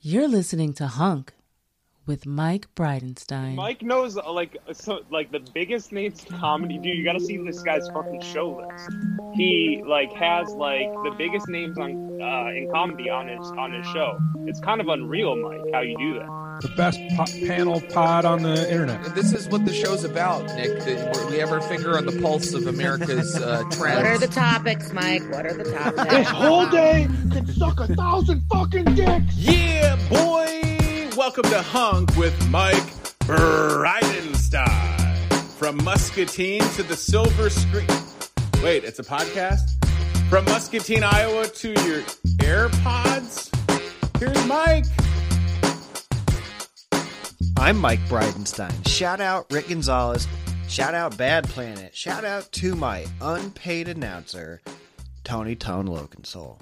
You're listening to Hunk with Mike Bridenstine. Mike knows uh, like uh, so, like the biggest names in comedy. Dude, you gotta see this guy's fucking show list. He like has like the biggest names on uh, in comedy on his on his show. It's kind of unreal, Mike, how you do that. the best po- panel pod on the internet. This is what the show's about, Nick. That we're- we have our finger on the pulse of America's uh, What are trends. the topics, Mike? What are the topics? could suck a thousand fucking dicks. Yeah, boy! Welcome to Hunk with Mike Bridenstine. From Muscatine to the Silver Screen. Wait, it's a podcast? From Muscatine, Iowa to your AirPods? Here's Mike. I'm Mike Bridenstine. Shout out Rick Gonzalez. Shout out Bad Planet. Shout out to my unpaid announcer, Tony Tone Lokensoul.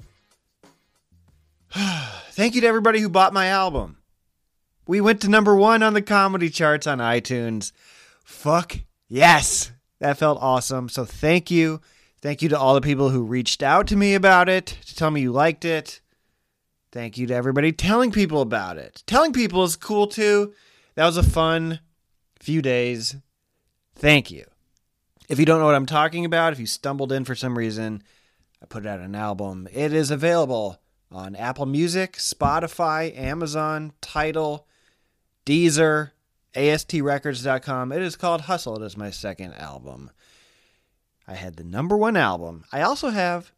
Thank you to everybody who bought my album. We went to number one on the comedy charts on iTunes. Fuck yes. That felt awesome. So thank you. Thank you to all the people who reached out to me about it, to tell me you liked it. Thank you to everybody telling people about it. Telling people is cool too. That was a fun few days. Thank you. If you don't know what I'm talking about, if you stumbled in for some reason, I put out an album. It is available on Apple Music, Spotify, Amazon, Tidal, Deezer, ASTRecords.com. It is called Hustle. It is my second album. I had the number one album. I also have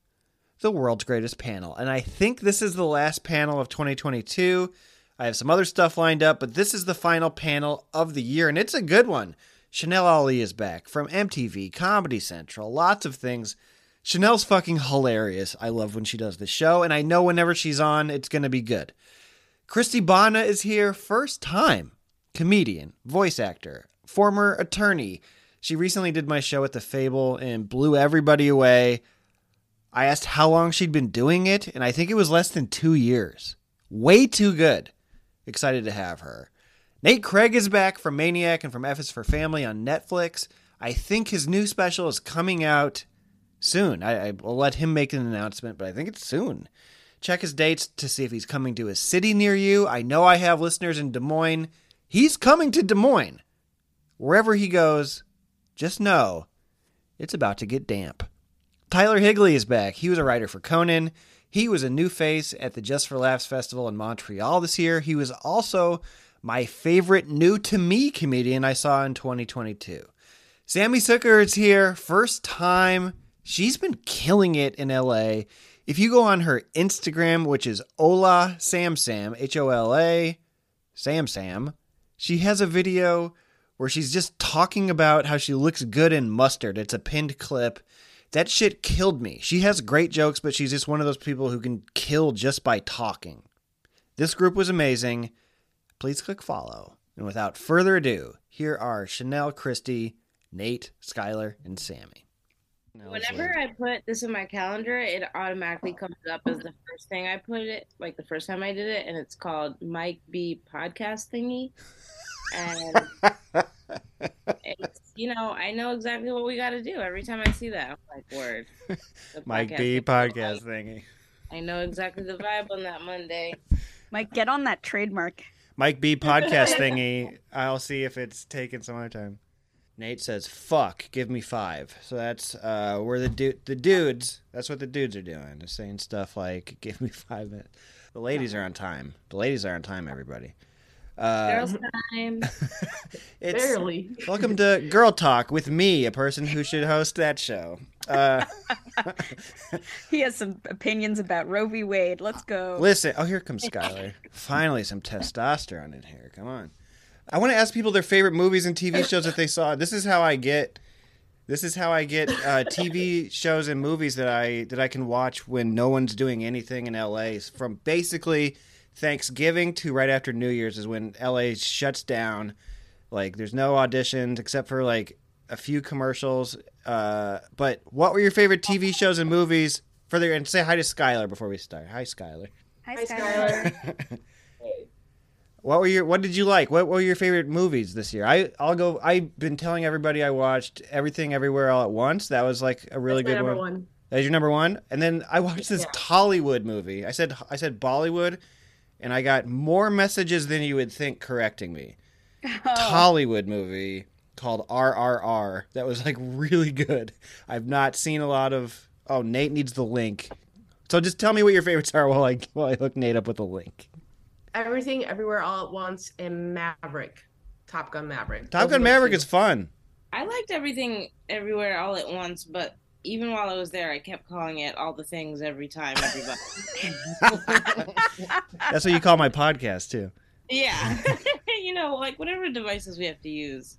the world's greatest panel. And I think this is the last panel of 2022. I have some other stuff lined up, but this is the final panel of the year, and it's a good one. Chanel Ali is back from MTV, Comedy Central, lots of things. Chanel's fucking hilarious. I love when she does the show, and I know whenever she's on, it's going to be good. Christy Bonna is here, first time comedian, voice actor, former attorney. She recently did my show at the Fable and blew everybody away. I asked how long she'd been doing it, and I think it was less than two years. Way too good. Excited to have her. Nate Craig is back from Maniac and from F is for Family on Netflix. I think his new special is coming out soon. I, I will let him make an announcement, but I think it's soon. Check his dates to see if he's coming to a city near you. I know I have listeners in Des Moines. He's coming to Des Moines. Wherever he goes, just know it's about to get damp. Tyler Higley is back. He was a writer for Conan. He was a new face at the Just for Laughs Festival in Montreal this year. He was also my favorite new to me comedian I saw in 2022. Sammy Sooker is here, first time. She's been killing it in LA. If you go on her Instagram, which is Ola Sam Sam, H O L A Sam Sam, she has a video where she's just talking about how she looks good in mustard. It's a pinned clip. That shit killed me. She has great jokes, but she's just one of those people who can kill just by talking. This group was amazing. Please click follow. And without further ado, here are Chanel, Christy, Nate, Skylar, and Sammy. Whenever I put this in my calendar, it automatically comes up as the first thing I put it, like the first time I did it, and it's called Mike B podcast thingy. And it's, you know, I know exactly what we got to do. Every time I see that, I'm like, word. The Mike B thingy. podcast thingy. I know exactly the vibe on that Monday. Mike, get on that trademark. Mike B podcast thingy. I'll see if it's taken some other time. Nate says, "Fuck, give me five. So that's uh, where the dude, the dudes. That's what the dudes are doing. They're saying stuff like, "Give me five minutes." The ladies are on time. The ladies are on time. Everybody. Uh, Girls' time. it's welcome to Girl Talk with me, a person who should host that show. Uh, He has some opinions about Roe v. Wade. Let's go. Listen, oh, here comes Skylar. Finally, some testosterone in here. Come on. I want to ask people their favorite movies and TV shows that they saw. This is how I get. This is how I get uh, TV shows and movies that I that I can watch when no one's doing anything in LA. From basically Thanksgiving to right after New Year's is when LA shuts down. Like there's no auditions except for like a few commercials. Uh, but what were your favorite TV shows and movies for their? And say hi to Skylar before we start. Hi, Skylar. Hi, Skylar. What were your What did you like? What were your favorite movies this year? I I'll go. I've been telling everybody I watched Everything Everywhere All at Once. That was like a really That's my good number one. one. That's your number one. And then I watched this Tollywood movie. I said I said Bollywood, and I got more messages than you would think correcting me. Oh. Oh, Hollywood movie called RRR that was like really good. I've not seen a lot of. Oh, Nate needs the link. So just tell me what your favorites are while I while I hook Nate up with a link. Everything, everywhere, all at once, and Maverick, Top Gun Maverick. Those Top are Gun the Maverick two. is fun. I liked everything everywhere all at once, but even while I was there, I kept calling it all the things every time. Everybody. That's what you call my podcast too. yeah, you know, like whatever devices we have to use.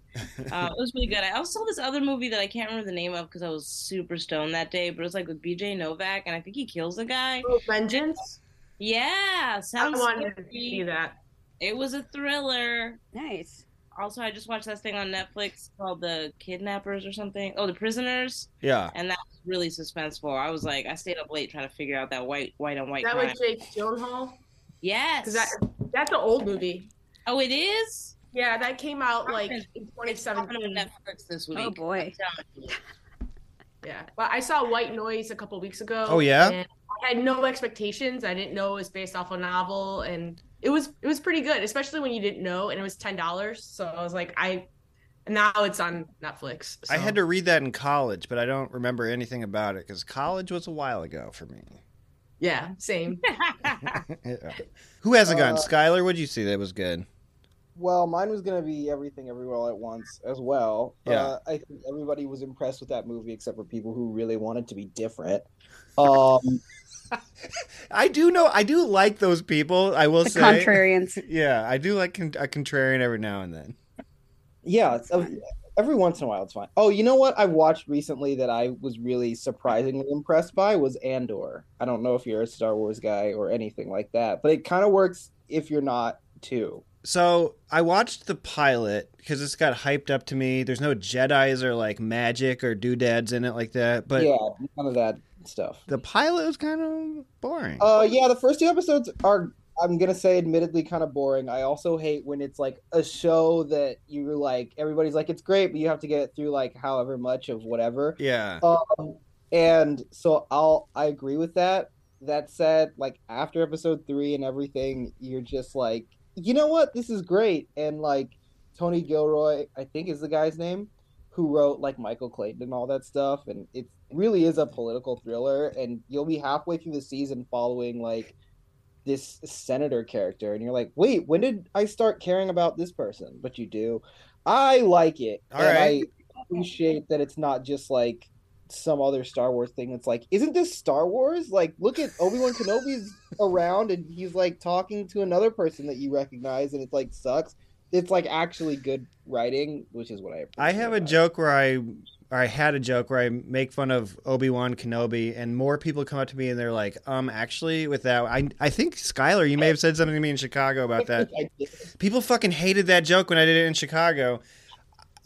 Uh, it was really good. I also saw this other movie that I can't remember the name of because I was super stoned that day, but it was like with B.J. Novak, and I think he kills a guy. Oh, Vengeance. Yeah, I sounds. wanted to scary. see that. It was a thriller. Nice. Also, I just watched this thing on Netflix called The Kidnappers or something. Oh, The Prisoners, Yeah. and that was really suspenseful. I was like, I stayed up late trying to figure out that white, white on white That crime. was Jake Gyllenhaal. yes. Because that that's an old movie. oh, it is. Yeah, that came out like It's in It's coming on 2017. Netflix this week. Oh boy. Yeah, but I saw White Noise a couple weeks ago. Oh, yeah? and I had no expectations. I didn't know it was based off a novel, and it was it was pretty good, especially when you didn't know. And it was ten dollars, so I was like, I. Now it's on Netflix. I so. had to read that in college, but I don't remember anything about it because college was a while ago for me. Yeah, same. Yeah. Who hasn't gone? Skylar, what'd you see that was good? Well, mine was going to be everything everywhere all at once as well. Yeah. Uh, I think everybody was impressed with that movie except for people who really wanted to be different. Um, I do know. I do like those people. I will The say. contrarians. Yeah, I do like con- a contrarian every now and then. yeah, it's- oh, every once in a while it's fine. Oh, you know what I watched recently that I was really surprisingly impressed by was Andor. I don't know if you're a Star Wars guy or anything like that, but it kind of works if you're not too. So I watched the pilot because it's got hyped up to me. There's no Jedi's or like magic or doodads in it like that. But yeah, none of that stuff. the pilot was kind of boring. Uh, yeah, the first two episodes are, I'm gonna say, admittedly kind of boring. I also hate when it's like a show that you're like, everybody's like, it's great, but you have to get through like however much of whatever. yeah. Um, and so I'll, I agree with that. That said, like after episode three and everything, you're just like, you know what, this is great. And like Tony Gilroy, I think is the guy's name, who wrote like Michael Clayton and all that stuff, and it really is a political thriller. And you'll be halfway through the season following like this senator character, and you're like, wait, when did I start caring about this person? But you do. I like it, All and right. I appreciate that it's not just like some other Star Wars thing that's like, isn't this Star Wars? Like, look at Obi Wan Kenobi's around and he's like talking to another person that you recognize, and it's like sucks. It's like actually good writing, which is what I. I appreciate have a about it. joke where I or I had a joke where I make fun of Obi Wan Kenobi, and more people come up to me and they're like, "Um, actually, with that, I I think Skylar, you may have said something to me in Chicago about that. I did. People fucking hated that joke when I did it in Chicago.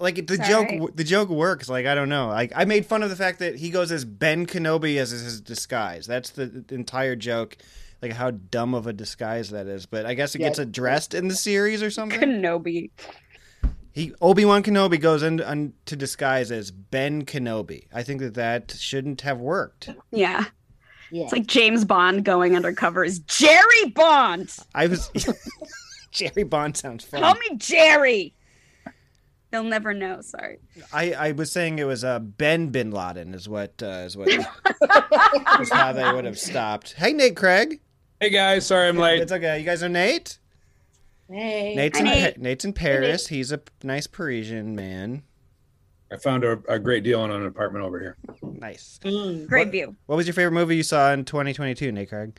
Like the It's joke, alright. the joke works. Like I don't know. Like I made fun of the fact that he goes as Ben Kenobi as his disguise. That's the entire joke. Like how dumb of a disguise that is. But I guess it Yeah. gets addressed in the series or something. Kenobi. He Obi Wan Kenobi goes in, un to disguise as Ben Kenobi. I think that that shouldn't have worked. Yeah. Yeah. It's like James Bond going undercover is Jerry Bond. I was Jerry Bond sounds Call fun. me Jerry. They'll never know. Sorry. I, I was saying it was uh, Ben Bin Laden is what uh, is what is how they would have stopped. Hey Nate Craig, Hey guys, sorry I'm late. it's okay. You guys know Nate. Hey. Nate's Hi, in Nate. Pa- Nate's in Paris. He's a p- nice Parisian man. I found a, a great deal on an apartment over here. Nice. Great view. What was your favorite movie you saw in 2022, Nate Craig?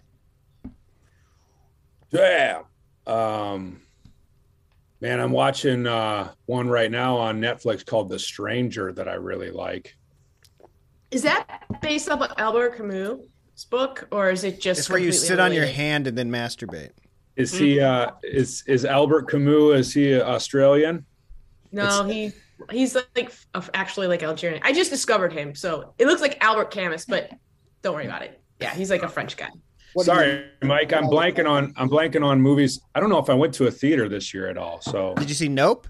Yeah. Um, man, I'm watching uh, one right now on Netflix called The Stranger that I really like. is that based off of Albert Camus' book, or is it just? It's where you completely sit on your unrelated? hand and then masturbate. Is he? Uh, is is Albert Camus? Is he Australian? No, he he's like f- actually like Algerian. I just discovered him, so it looks like Albert Camus, but don't worry about it. Yeah, he's like a French guy. What do you- Sorry, Mike. I'm blanking on I'm blanking on movies. I don't know if I went to a theater this year at all, so Did you see Nope?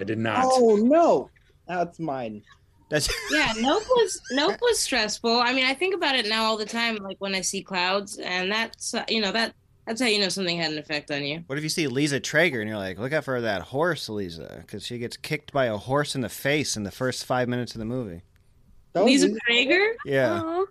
I did not. Oh no, that's mine. That's Yeah, Nope was Nope was stressful. I mean, I think about it now all the time, like when I see clouds, and that's uh, you know that That's how you know something had an effect on you. What if you see Lisa Traeger and you're like, look out for that horse, Lisa, because she gets kicked by a horse in the face in the first five minutes of the movie. Lisa Prager? Yeah.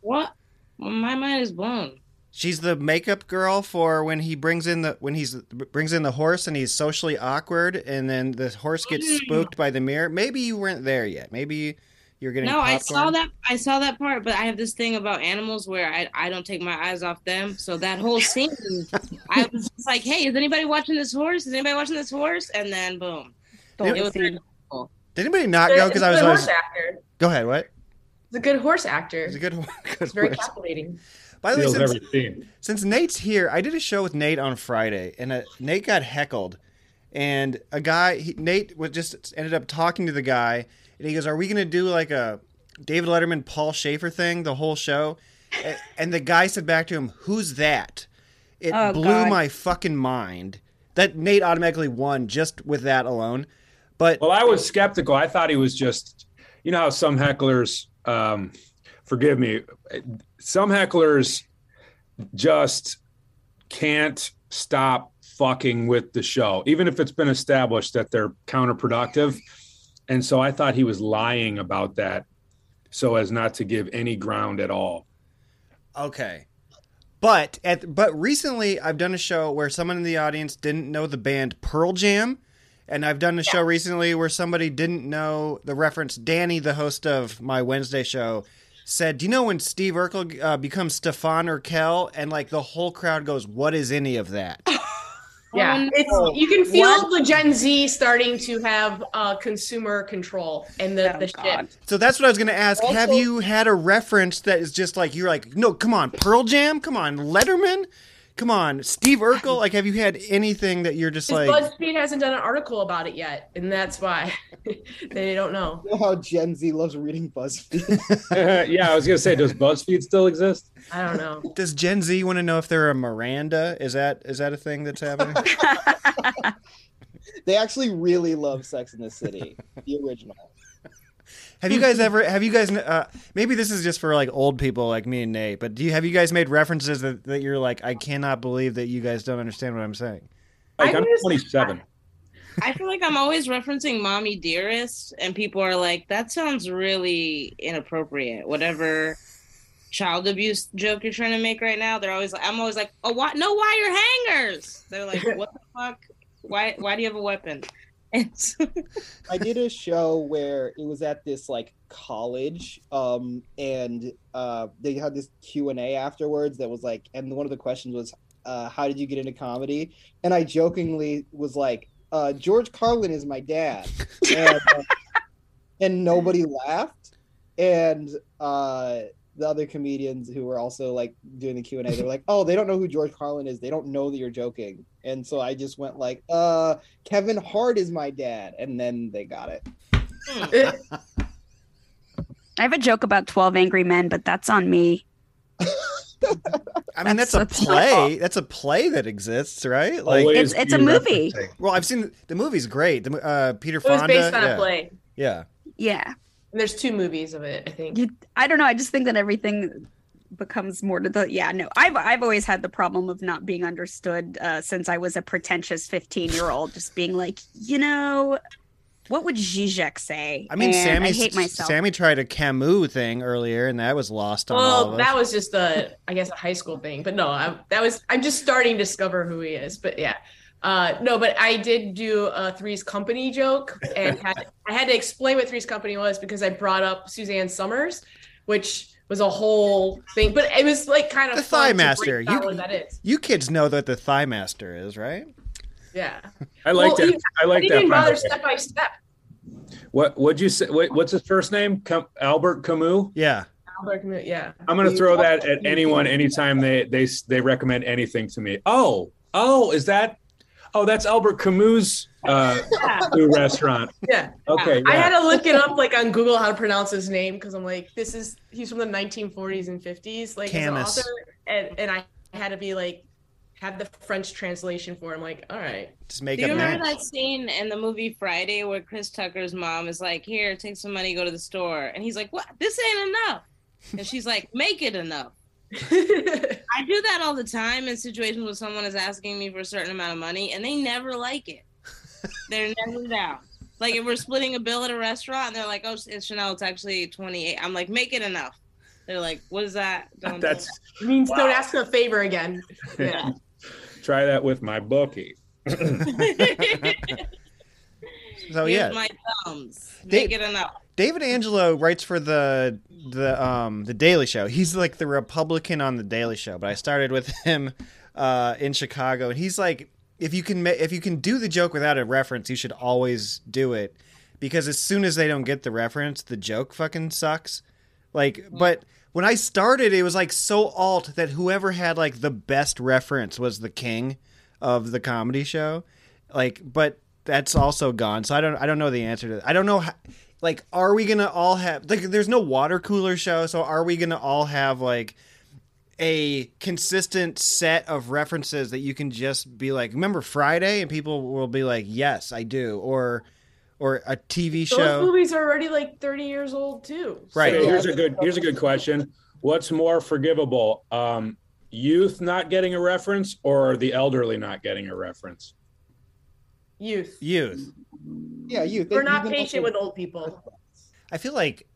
What? My mind is blown. She's the makeup girl for when he brings in the when he's brings in the horse and he's socially awkward and then the horse gets Mm. spooked by the mirror. Maybe you weren't there yet. Maybe you're getting No, I saw popcorn. that. I saw that part, but I have this thing about animals where I, I don't take my eyes off them. So that whole scene, I was just like, "Hey, is anybody watching this horse? Is anybody watching this horse?" And then boom, Don't it was see. Did anybody not go? Because I was It's a good always horse actor. go ahead. What? It's a good horse actor. It's a good, It's very horse. captivating. By the way, Feels since, every scene. since Nate's here, I did a show with Nate on Friday, and uh, Nate got heckled, and a guy, he, Nate, was just ended up talking to the guy, and he goes, "Are we gonna do like a David Letterman, Paul Schaefer thing the whole show?" A- and the guy said back to him, "Who's that?" It Oh, blew God. my fucking mind that Nate automatically won just with that alone. But well, I was skeptical. I thought he was just, you know, how some hecklers, um, forgive me, some hecklers just can't stop fucking with the show, even if it's been established that they're counterproductive. And so I thought he was lying about that so as not to give any ground at all. Okay. But at but recently I've done a show where someone in the audience didn't know the band Pearl Jam and I've done a show recently where somebody didn't know the reference Danny the host of my Wednesday show said, "Do you know when Steve Urkel uh, becomes Stefan Urkel?" and like the whole crowd goes, "What is any of that?" Yeah, no. it's you can feel What? the Gen Z starting to have uh, consumer control and the, the shit. So that's what I was going to ask. Have you had a reference that is just like you're like, "No, come on, Pearl Jam, come on, Letterman, come on, Steve Urkel." Like have you had anything that you're just Because like BuzzFeed hasn't done an article about it yet, and that's why they don't know. You know how Gen Z loves reading BuzzFeed. yeah, I was going to say, does BuzzFeed still exist? I don't know. Does Gen Z want to know if they're a Miranda? Is that is that a thing that's happening? They actually really love Sex in the City, the original. have you guys ever? Have you guys? Uh, maybe this is just for like old people like me and Nate. But do you have you guys made references that, that you're like, I cannot believe that you guys don't understand what I'm saying. Like, I'm I just- 27. I feel like I'm always referencing "Mommy Dearest," and people are like, "That sounds really inappropriate." Whatever child abuse joke you're trying to make right now, they're always. I'm always like, "Oh, why? No wire hangers." They're like, "What the fuck? Why? Why do you have a weapon?" And so- I did a show where it was at this like college, um, and uh, they had this Q and A afterwards that was like, and one of the questions was, uh, "How did you get into comedy?" And I jokingly was like, uh, "George Carlin is my dad," and, uh, and nobody laughed. And uh, the other comedians who were also like doing the Q and A, they were like, "Oh, they don't know who George Carlin is. They don't know that you're joking." And so I just went like, "Uh." Kevin Hart is my dad, and then they got it. I have a joke about 12 Angry Men, but that's on me. I mean, that's, a play. That's a play that exists, right? Like, Always It's- it's a be movie. referencing. Well, I've seen the movie's great. The mo- uh, Peter It was Fonda. based on yeah. a play. Yeah. Yeah. And there's two movies of it, I think. You, I don't know. I just think that everything becomes more to the yeah no i've i've always had the problem of not being understood uh since i was a pretentious 15 year old just being like you know what would Zizek say I mean, And Sammy. i hate myself Sammy tried a Camus thing earlier, and that was lost on all of Well, us. that was just a, I guess, a high school thing. But no, I, that was. I'm just starting to discover who he is. But yeah, uh, no. But I did do a Three's Company joke, and had, I had to explain what Three's Company was because I brought up Suzanne Summers, which was a whole thing. But it was like kind of the fun Thigh to break Master. down You, what that is. you kids know that the Thigh Master is right. Yeah. I like that. you- I like didn't that. even by the bother way. step by step. What would you say? What, what's his first name? Cam- Albert Camus. Yeah. Albert Camus, Yeah. I'm gonna throw that at anyone anytime they they they recommend anything to me. Oh, oh, is that? Oh, that's Albert Camus' uh, new restaurant. Yeah. Okay, I yeah. had to look it up like on Google how to pronounce his name because I'm like, this is he's from the 1940s and 50s, like as an Camus. author, and and I had to be like, have the French translation for. it. I'm like, all right, Just make Do you up remember names. that scene in the movie Friday where Chris Tucker's mom is like, "Here, take some money, go to the store," and he's like, "What? This ain't enough," and she's like, "Make it enough." I do that all the time in situations where someone is asking me for a certain amount of money and they never like it. They're never down. Like if we're splitting a bill at a restaurant and they're like, "Oh, it's Chanel. It's actually 28." I'm like, "Make it enough." They're like, "What is that?" Don't do That's It means don't ask for a favor again. Yeah. try that with my bookie. that. So Here's Oh, yeah, my thumbs. They- Make it enough. David Angelo writes for the the um the Daily Show. He's like the Republican on the Daily Show, but I started with him uh, in Chicago, and he's like, if you can ma- if you can do the joke without a reference, you should always do it because as soon as they don't get the reference, the joke fucking sucks. Like, but when I started, it was like so alt that whoever had like the best reference was the king of the comedy show. Like, but that's also gone. So I don't I don't know the answer to. I don't know. How, like, are we gonna all have like? There's no water cooler show, so are we gonna all have like? a consistent set of references that you can just be like, remember Friday, and people will be like, yes, I do, or or a Those TV show, movies are already like 30 years old too. right? So here's a good here's a good question. What's more forgivable? Um, youth not getting a reference or the elderly not getting a reference? Youth. Youth. Yeah, you. We're not patient with old people. I feel like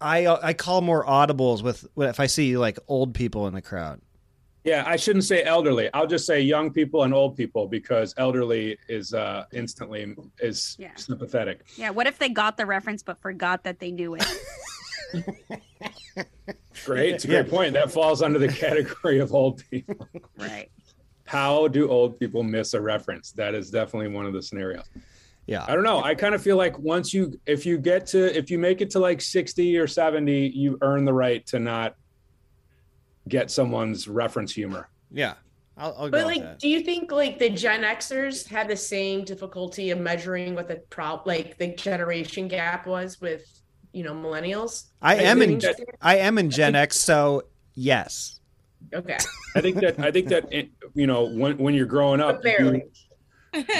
I uh, I call more audibles with if I see like old people in the crowd. Yeah, I shouldn't say elderly. I'll just say young people and old people because elderly is uh, instantly is Yeah. sympathetic. Yeah, what if they got the reference but forgot that they knew it? Great, it's a great Yeah. point. That falls under the category of old people. right. How do old people miss a reference? That is definitely one of the scenarios. I Yeah, don't know. I kind of feel like once you, if you get to, if you make it to like 60 or 70, you earn the right to not get someone's reference humor. yeah. I'll, I'll go But with like, that. do you think like the Gen Xers had the same difficulty of measuring what the prob like the generation gap was with you know millennials? I Like, am doing in that- I am in Gen X, so yes, Okay. I think that, I think that, it- you know, when, when you're growing up, But barely.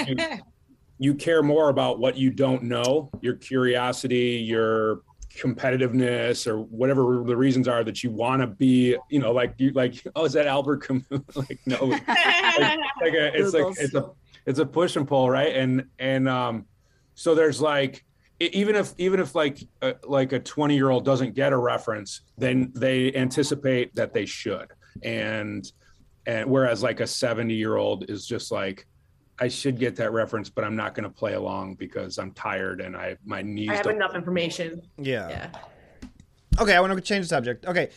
you, you care more about what you don't know, your curiosity, your competitiveness, or whatever the reasons are that you want to be, you know, like you, like, oh, is that Albert Camus? like, no, like a, it's like it's a it's a push and pull right and and um so there's like e- even if even if like a, like a 20 year old doesn't get a reference then they anticipate that they should and and whereas like a 70 year old is just like I should get that reference but I'm not going to play along because I'm tired and I my knees I have don't- enough information. yeah. Yeah. Okay, I want to change the subject. Okay.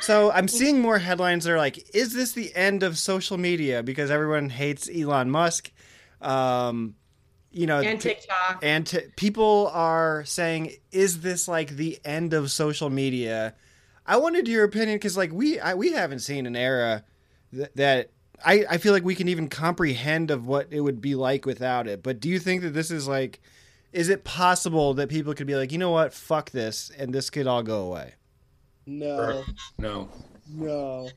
So I'm seeing more headlines that are like, is this the end of social media? Because everyone hates Elon Musk. Um, you know, And pe- TikTok. and t- people are saying, is this like the end of social media? I wanted your opinion because, like, we I, we haven't seen an era th- that I, I feel like we can even comprehend of what it would be like without it. But do you think that this is like, is it possible that people could be like, you know what, fuck this, and this could all go away? No, no no,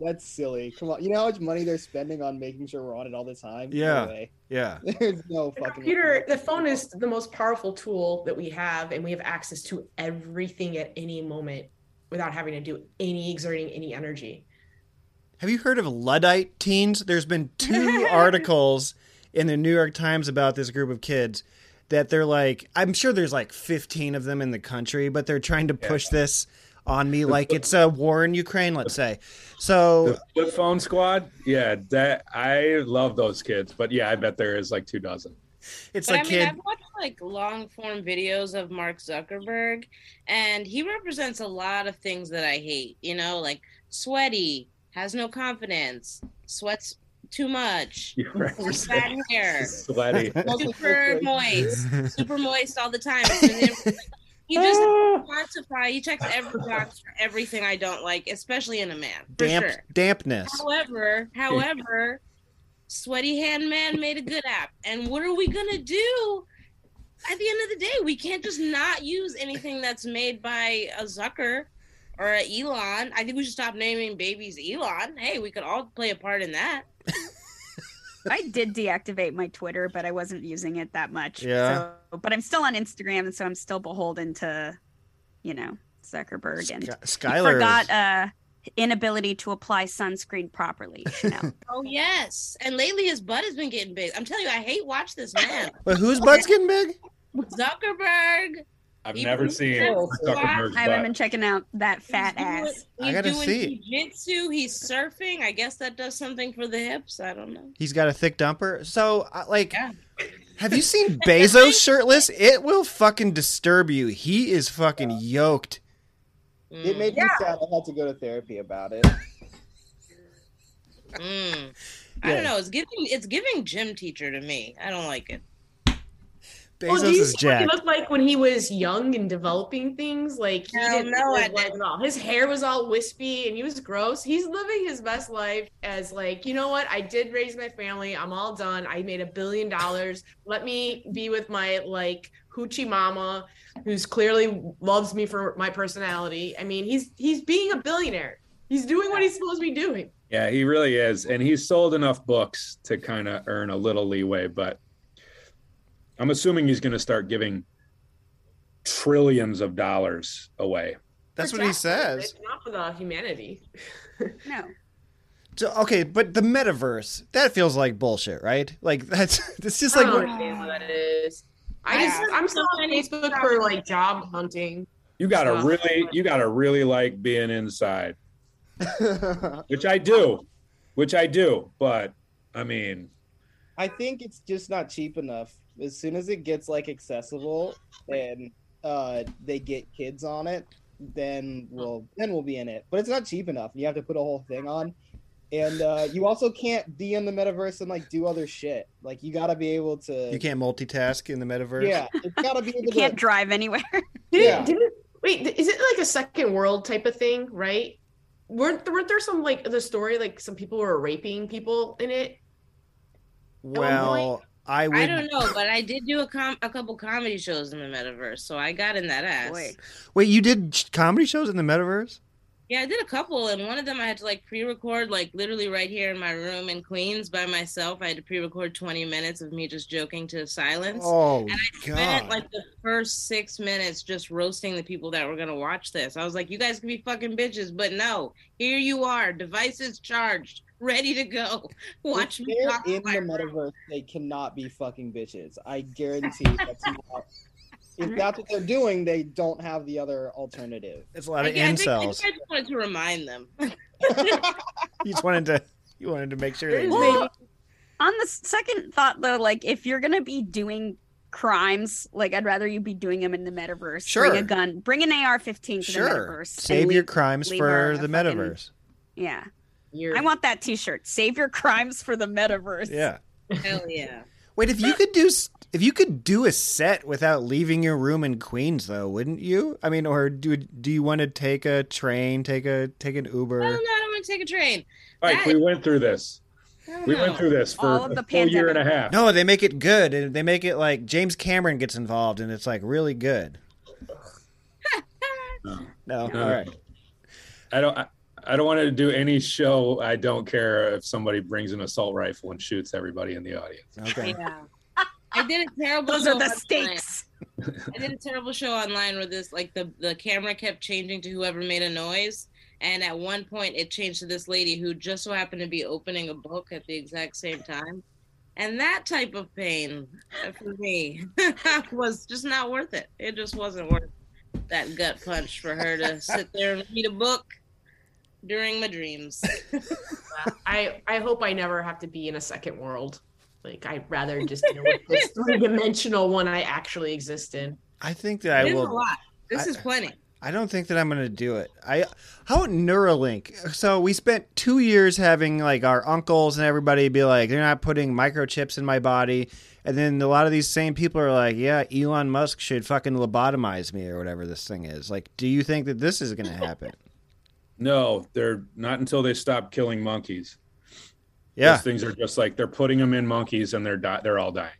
that's silly. Come on, you know how much money they're spending on making sure we're on it all the time. No Yeah. way. Yeah. there's no The fucking. computer, the phone is the most powerful tool that we have, and we have access to everything at any moment without having to do any exerting any energy. Have you heard of Luddite teens? There's been two articles in the New York Times about this group of kids that they're like, I'm sure there's like 15 of them in the country, but they're trying to push this on me like it's a war in Ukraine, let's say. So, the flip phone squad yeah that I love those kids but yeah I bet there is like two dozen it's But like I mean, kid I've watched like long form videos of Mark Zuckerberg, and he represents a lot of things that I hate. You know, like sweaty, has no confidence, sweats too much, You're right. has bad hair, sweaty super moist, super moist all the time. It's been- He just quantify. He checks every box for everything I don't like, especially in a man. For damp sure. dampness. However, however, sweaty hand man made a good app. And what are we gonna do? At the end of the day, we can't just not use anything that's made by a Zucker or a Elon. I think we should stop naming babies Elon. Hey, we could all play a part in that. I did deactivate my Twitter, but I wasn't using it that much. Yeah. So, but I'm still on Instagram, and so I'm still beholden to, you know, Zuckerberg. And Sky- he Skylar. forgot is- uh, inability to apply sunscreen properly. Chanel. Oh yes, and lately his butt has been getting big. I'm telling you, I hate watch this man But whose butt's getting big? Zuckerberg. I've He never believes seen that Zuckerberg's I haven't butt. been checking out that fat he's doing- ass. I he's gotta doing see it. jiu-jitsu. He's surfing. I guess that does something for the hips. I don't know. He's got a thick dumper. So, I- like, Yeah. have you seen Bezos shirtless? It will fucking disturb you. He is fucking yoked. It made me sad. I had to go to therapy about it. Mm. I Yeah. don't know. It's giving it's giving gym teacher to me. I don't like it. Bezos Oh, do you is see what he jacked. looked like when he was young and developing things? Like he No, didn't no, know I his life at all. His hair was all wispy and he was gross. He's living his best life as like, you know what? I did raise my family. I'm all done. I made a billion dollars. Let me be with my like hoochie mama, who's clearly loves me for my personality. I mean, he's he's being a billionaire. He's doing what he's supposed to be doing. Yeah, he really is, and he's sold enough books to kind of earn a little leeway. But I'm assuming he's going to start giving trillions of dollars away. That's what he Exactly. says. It's not for the humanity. No. So, okay, but the metaverse, that feels like bullshit, right? Like, that's it's just like, I don't what- understand what that is. I Yeah. just I'm still on Facebook for like job hunting. You got to Stop. really, you got to really like being inside, which I do, which I do. But I mean, I think it's just not cheap enough. As soon as it gets like accessible and uh, they get kids on it, then we'll then we'll be in it. But it's not cheap enough. You have to put a whole thing on, and uh, you also can't be in the metaverse and like do other shit. Like you got to be able to. you can't multitask in the metaverse. Yeah, it's got to be You able can't to. drive anywhere. Did Yeah. it, did it, wait, th- is it like a second world type of thing, right? Weren't there, weren't there some like the story like some people were raping people in it? Well, I would. I don't know, but I did do a com- a couple comedy shows in the metaverse, so I got in that ass. Boy. Wait, you did sh- comedy shows in the metaverse? Yeah, I did a couple, and one of them I had to like pre-record, like literally right here in my room in Queens by myself. I had to pre-record 20 minutes of me just joking to silence. Oh, Spent God. like the first six minutes just roasting the people that were gonna watch this. I was like, "You guys can be fucking bitches," but no, here you are, devices charged, ready to go. Watch if me they're talk in my the room. metaverse. They cannot be fucking bitches. I guarantee that's not. If that's what they're doing, they don't have the other alternative. It's a lot of Like, yeah, I, think, I incels. think I just wanted to remind them. you just wanted to, you wanted to make sure that. There's You, maybe Well, on the s- second thought though, like if you're gonna be doing crimes, like I'd rather you be doing them in the metaverse. Sure. Bring a gun. Bring an AR-15 to the sure. metaverse. Save and your leave- crimes leave for her the a fucking- metaverse. Yeah, years. I want that T-shirt. Save your crimes for the metaverse. Yeah. Hell yeah. Wait, if you could do s- if you could do a set without leaving your room in Queens, though, wouldn't you? I mean, or do do you want to take a train, take a take an Uber? Oh no, I don't want to take a train. Mike, we went through this. Hell We no. went through this All for of a the full year and a pandemic. half. No, they make it good, and they make it like James Cameron gets involved, and it's like really good. No, No. all right. I don't. I, I don't want to do any show. I don't care if somebody brings an assault rifle and shoots everybody in the audience. Okay. Yeah. I did a terrible. Those show are the online. stakes. I did a terrible show online where this like the the camera kept changing to whoever made a noise, and at one point it changed to this lady who just so happened to be opening a book at the exact same time, and that type of pain uh, for me was just not worth it. It just wasn't worth that gut punch for her to sit there and read a book during my dreams. I I hope I never have to be in a second world. Like I'd rather just deal with this three dimensional one I actually exist in. I think that I There's a will. lot. This I- is plenty. I don't think that I'm going to do it. I how about Neuralink? So we spent two years having like our uncles and everybody be like, they're not putting microchips in my body, and then a lot of these same people are like, yeah, Elon Musk should fucking lobotomize me or whatever this thing is. Like, do you think that this is going to happen? No, they're not until they stop killing monkeys. Yeah, Those things are just like they're putting them in monkeys and they're di- they're all dying.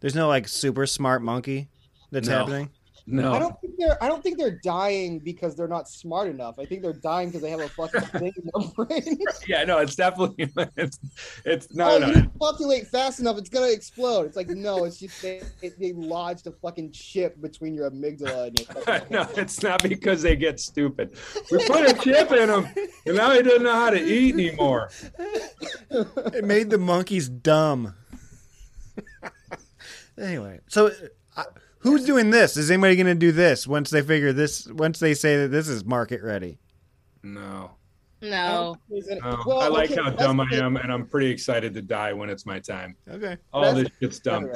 there's no like super smart monkey that's No. happening. No. I don't think they're. I don't think they're dying because they're not smart enough. I think they're dying because they have a fucking thing in their brain. yeah, no, it's definitely it's it's oh, no you no. didn't populate fast enough. It's gonna explode. It's like no. It's just they, it, they lodged a fucking chip between your amygdala and your. fucking- No, it's not because they get stupid. We put a chip in them, and now he doesn't know how to eat anymore. It made the monkeys dumb. anyway, so uh, who's doing this? Is anybody going to do this once they figure this? Once they say that this is market ready? No, Oh, No. no. Well, I like okay, how that's dumb I the thing. am, and I'm pretty excited to die when it's my time. Okay. All That's this shit's dumb.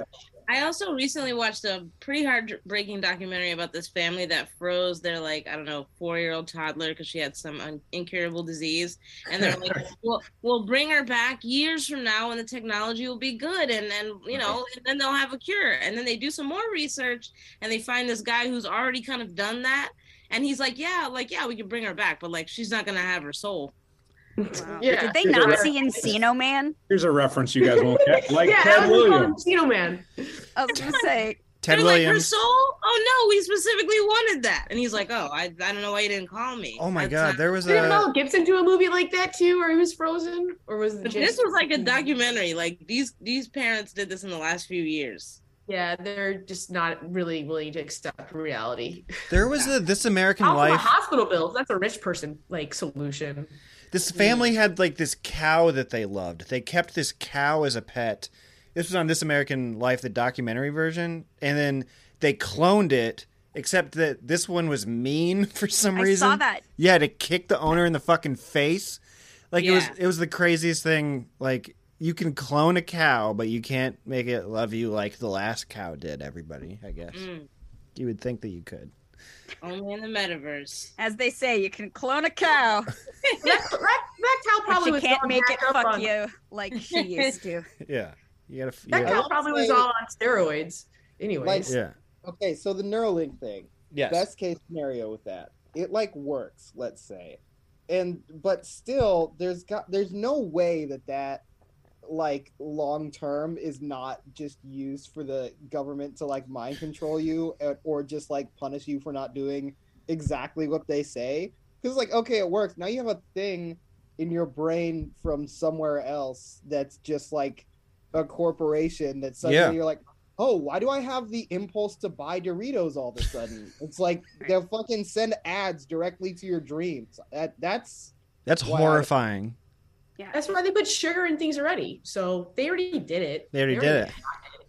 I also recently watched a pretty heartbreaking documentary about this family that froze their like I don't know four year old toddler because she had some un- incurable disease, and they're like, "We'll we'll bring her back years from now, and the technology will be good, and then you know, and then they'll have a cure." And then they do some more research, and they find this guy who's already kind of done that, and he's like, "Yeah, like yeah, we can bring her back, but like she's not gonna have her soul." Wow. Yeah. Did they not see Encino Man? Here's a reference you guys won't get. Like yeah, Ted that was called Williams. Encino Man. I was gonna say Ted they're like, "Her Williams. soul? Oh no, we specifically wanted that," and he's like, "Oh, I I don't know why you didn't call me." oh my That's God, not- there was Uh, Didn't a Mel Gibson do a movie like that too, or he was frozen, or was it But this just was like a Mm. documentary. Like these these parents did this in the last few years. Yeah, they're just not really willing to accept reality. there was a This American Also, the Life. hospital bills. That's a rich person like solution. This family had like this cow that they loved. They kept this cow as a pet. This was on This American Life, the documentary version, and then they cloned it. Except that this one was mean for some I reason. saw that. Yeah, to kick the owner in the fucking face. Like it was Yeah. it was the craziest thing. Like you can clone a cow, but you can't make it love you like the last cow did everybody, I guess. Mm. You would think that you could. Only in the metaverse. As they say, you can clone a cow, that, that, that cow but probably you was can't all make it jacked up fuck on- you like she used to. Yeah. You gotta f- That yeah. cow probably was all on steroids. Anyways, yeah. Okay, so the Neuralink thing. Yes. Best case scenario with that, it like works. Let's say, and but still, there's got there's no way that that like long term is not just used for the government to like mind control you and, or just like punish you for not doing exactly what they say. Because like, okay, it works. Now you have a thing in your brain from somewhere else that's just like a corporation that suddenly Yeah. you're like, oh, why do I have the impulse to buy Doritos all of a sudden? it's like they'll fucking send ads directly to your dreams. That that's That's Wow. horrifying. that's why they put sugar in things already. So they already did it. They already did it.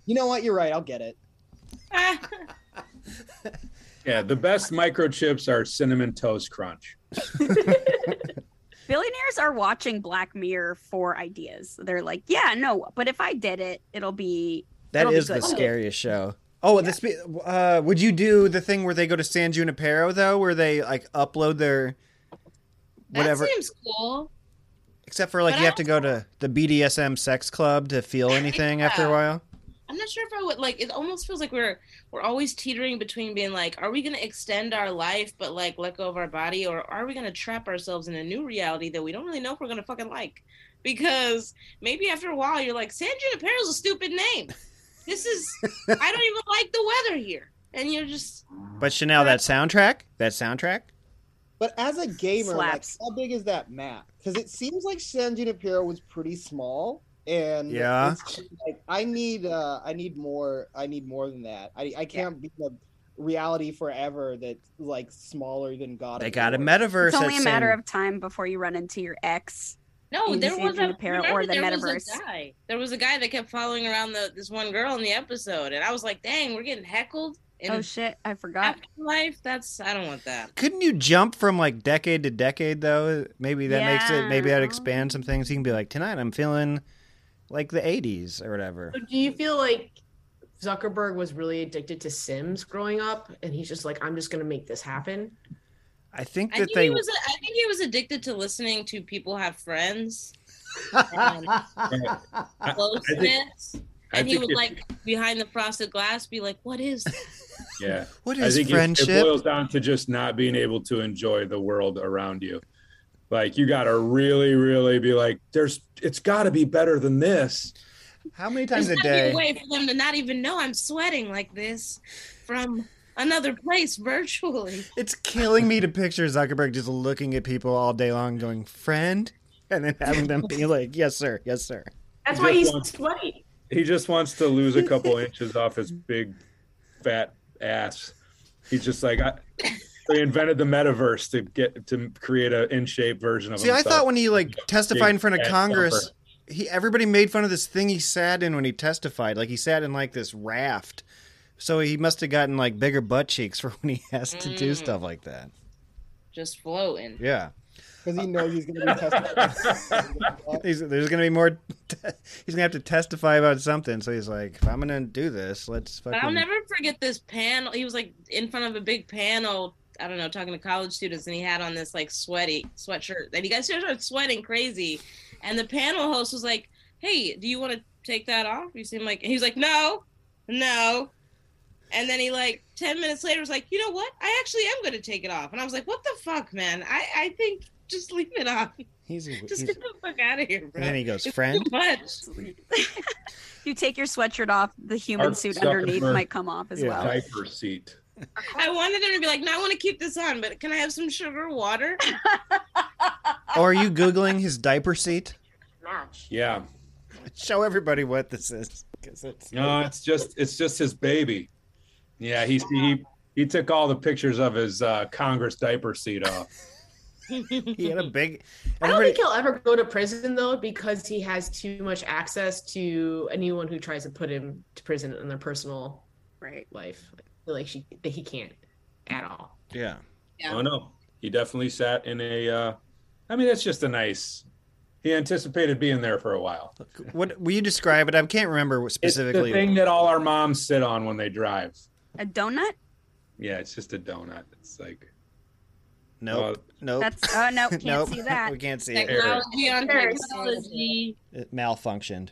you know what? You're right. I'll get it. Ah, Yeah, the best microchips are cinnamon toast crunch. Billionaires are watching Black Mirror for ideas. They're like, yeah, no, but if I did it, it'll be That That'll be is the good. scariest show. Oh, the spe- uh, would you do the thing where they go to San Junipero though, where they like upload their that whatever? seems cool. Except for like But I you have to go to the BDSM sex club to feel anything after a Yeah. while. I'm not sure if I would like. It almost feels like we're we're always teetering between being like, are we going to extend our life but like let go of our body, or are we going to trap ourselves in a new reality that we don't really know if we're going to fucking like? Because maybe after a while, you're like, San Junipero's a stupid name. This is I don't even like the weather here, and you're just But Chanel, that soundtrack, that soundtrack. But as a gamer, like, Slaps. how big is that map? Because it seems like San Junipero was pretty small, and Yeah. it's like, I need, uh, I need more. I need more than that. I, I can't be the reality forever that's like smaller than God. They of got a War. metaverse. it's only a that's matter saying- of time before you run into your ex. No, in there San was a Junipero remember or the there Was metaverse. a guy. There was a guy that kept following around the this one girl in the episode, and I was like, "Dang, we're getting heckled in Oh shit, I forgot. afterlife." That's I don't want that. Couldn't you jump from like decade to decade though? Maybe that makes it. Maybe that Yeah. expands some things. You can be like, tonight I'm feeling like the '80s or whatever. So do you feel like Zuckerberg was really addicted to Sims growing up, and he's just like, I'm just gonna make this happen? I think I that think they. he was. I think he was addicted to listening to people have friends, and closeness, I and he think would if- like behind the frosted glass be like, "What is?" That? Yeah, what I is think it- friendship? it boils down to just not being able to enjoy the world around you. Like you got to really, really be like, there's, it's got to be better than this. How many There's times a gotta be day? way for them to not even know I'm sweating like this from another place virtually. It's killing me to picture Zuckerberg just looking at people all day long, going "friend," and then having them be like, "Yes, sir. Yes, sir." That's He why just he's wants- sweaty. He just wants to lose a couple inches off his big, fat ass. He's just like, I, they invented the metaverse to get to create an in shape version of See, I himself. thought when he like testified in front of fat Congress, bumper. he everybody made fun of this thing he sat in when he testified. Like he sat in like this raft, so he must have gotten like bigger butt cheeks for when he has to do Mm. stuff like that. Just floating. Yeah, because he knows he's going to be tested. he's, there's gonna be more. he's gonna have to testify about something, so he's like, if I'm gonna do this, let's fucking. But I'll never forget this panel. He was like in front of a big panel. I don't know, talking to college students, and he had on this like sweaty sweatshirt. And he guys started sweating crazy, and the panel host was like, "Hey, do you want to take that off? You seem like." And he was like, "No, no." And then he like ten minutes later was like, "You know what? I actually am going to take it off." And I was like, "What the fuck, man? I I think just leave it off. He's, he's, Just get the fuck out of here, bro." and then he goes, friend. Too much. you take your sweatshirt off, the human Mark suit underneath Zuckerberg. might come off as Yeah. well. diaper seat. I wanted him to be like, "No, I want to keep this on, but can I have some sugar water?" Oh, are you googling his diaper seat? Yeah. Show everybody what this is, 'cause it's No, it's just it's just his baby. Yeah, he he he took all the pictures of his uh, Congress diaper seat off. he had a big. I don't think Everybody, he'll ever go to prison though, because he has too much access to anyone who tries to put him to prison in their personal Right. life. I feel like she that he can't at all. yeah, Yeah. Oh no, he definitely sat in a. Uh, I mean, that's just a nice. He anticipated being there for a while. what will you describe it? I can't remember what It's the specifically. thing that all our moms sit on when they drive. A donut? Yeah, it's just a donut. It's like Nope. nope. That's oh no, can't nope. see that. we can't see it. Technology on Sure. technology. It malfunctioned.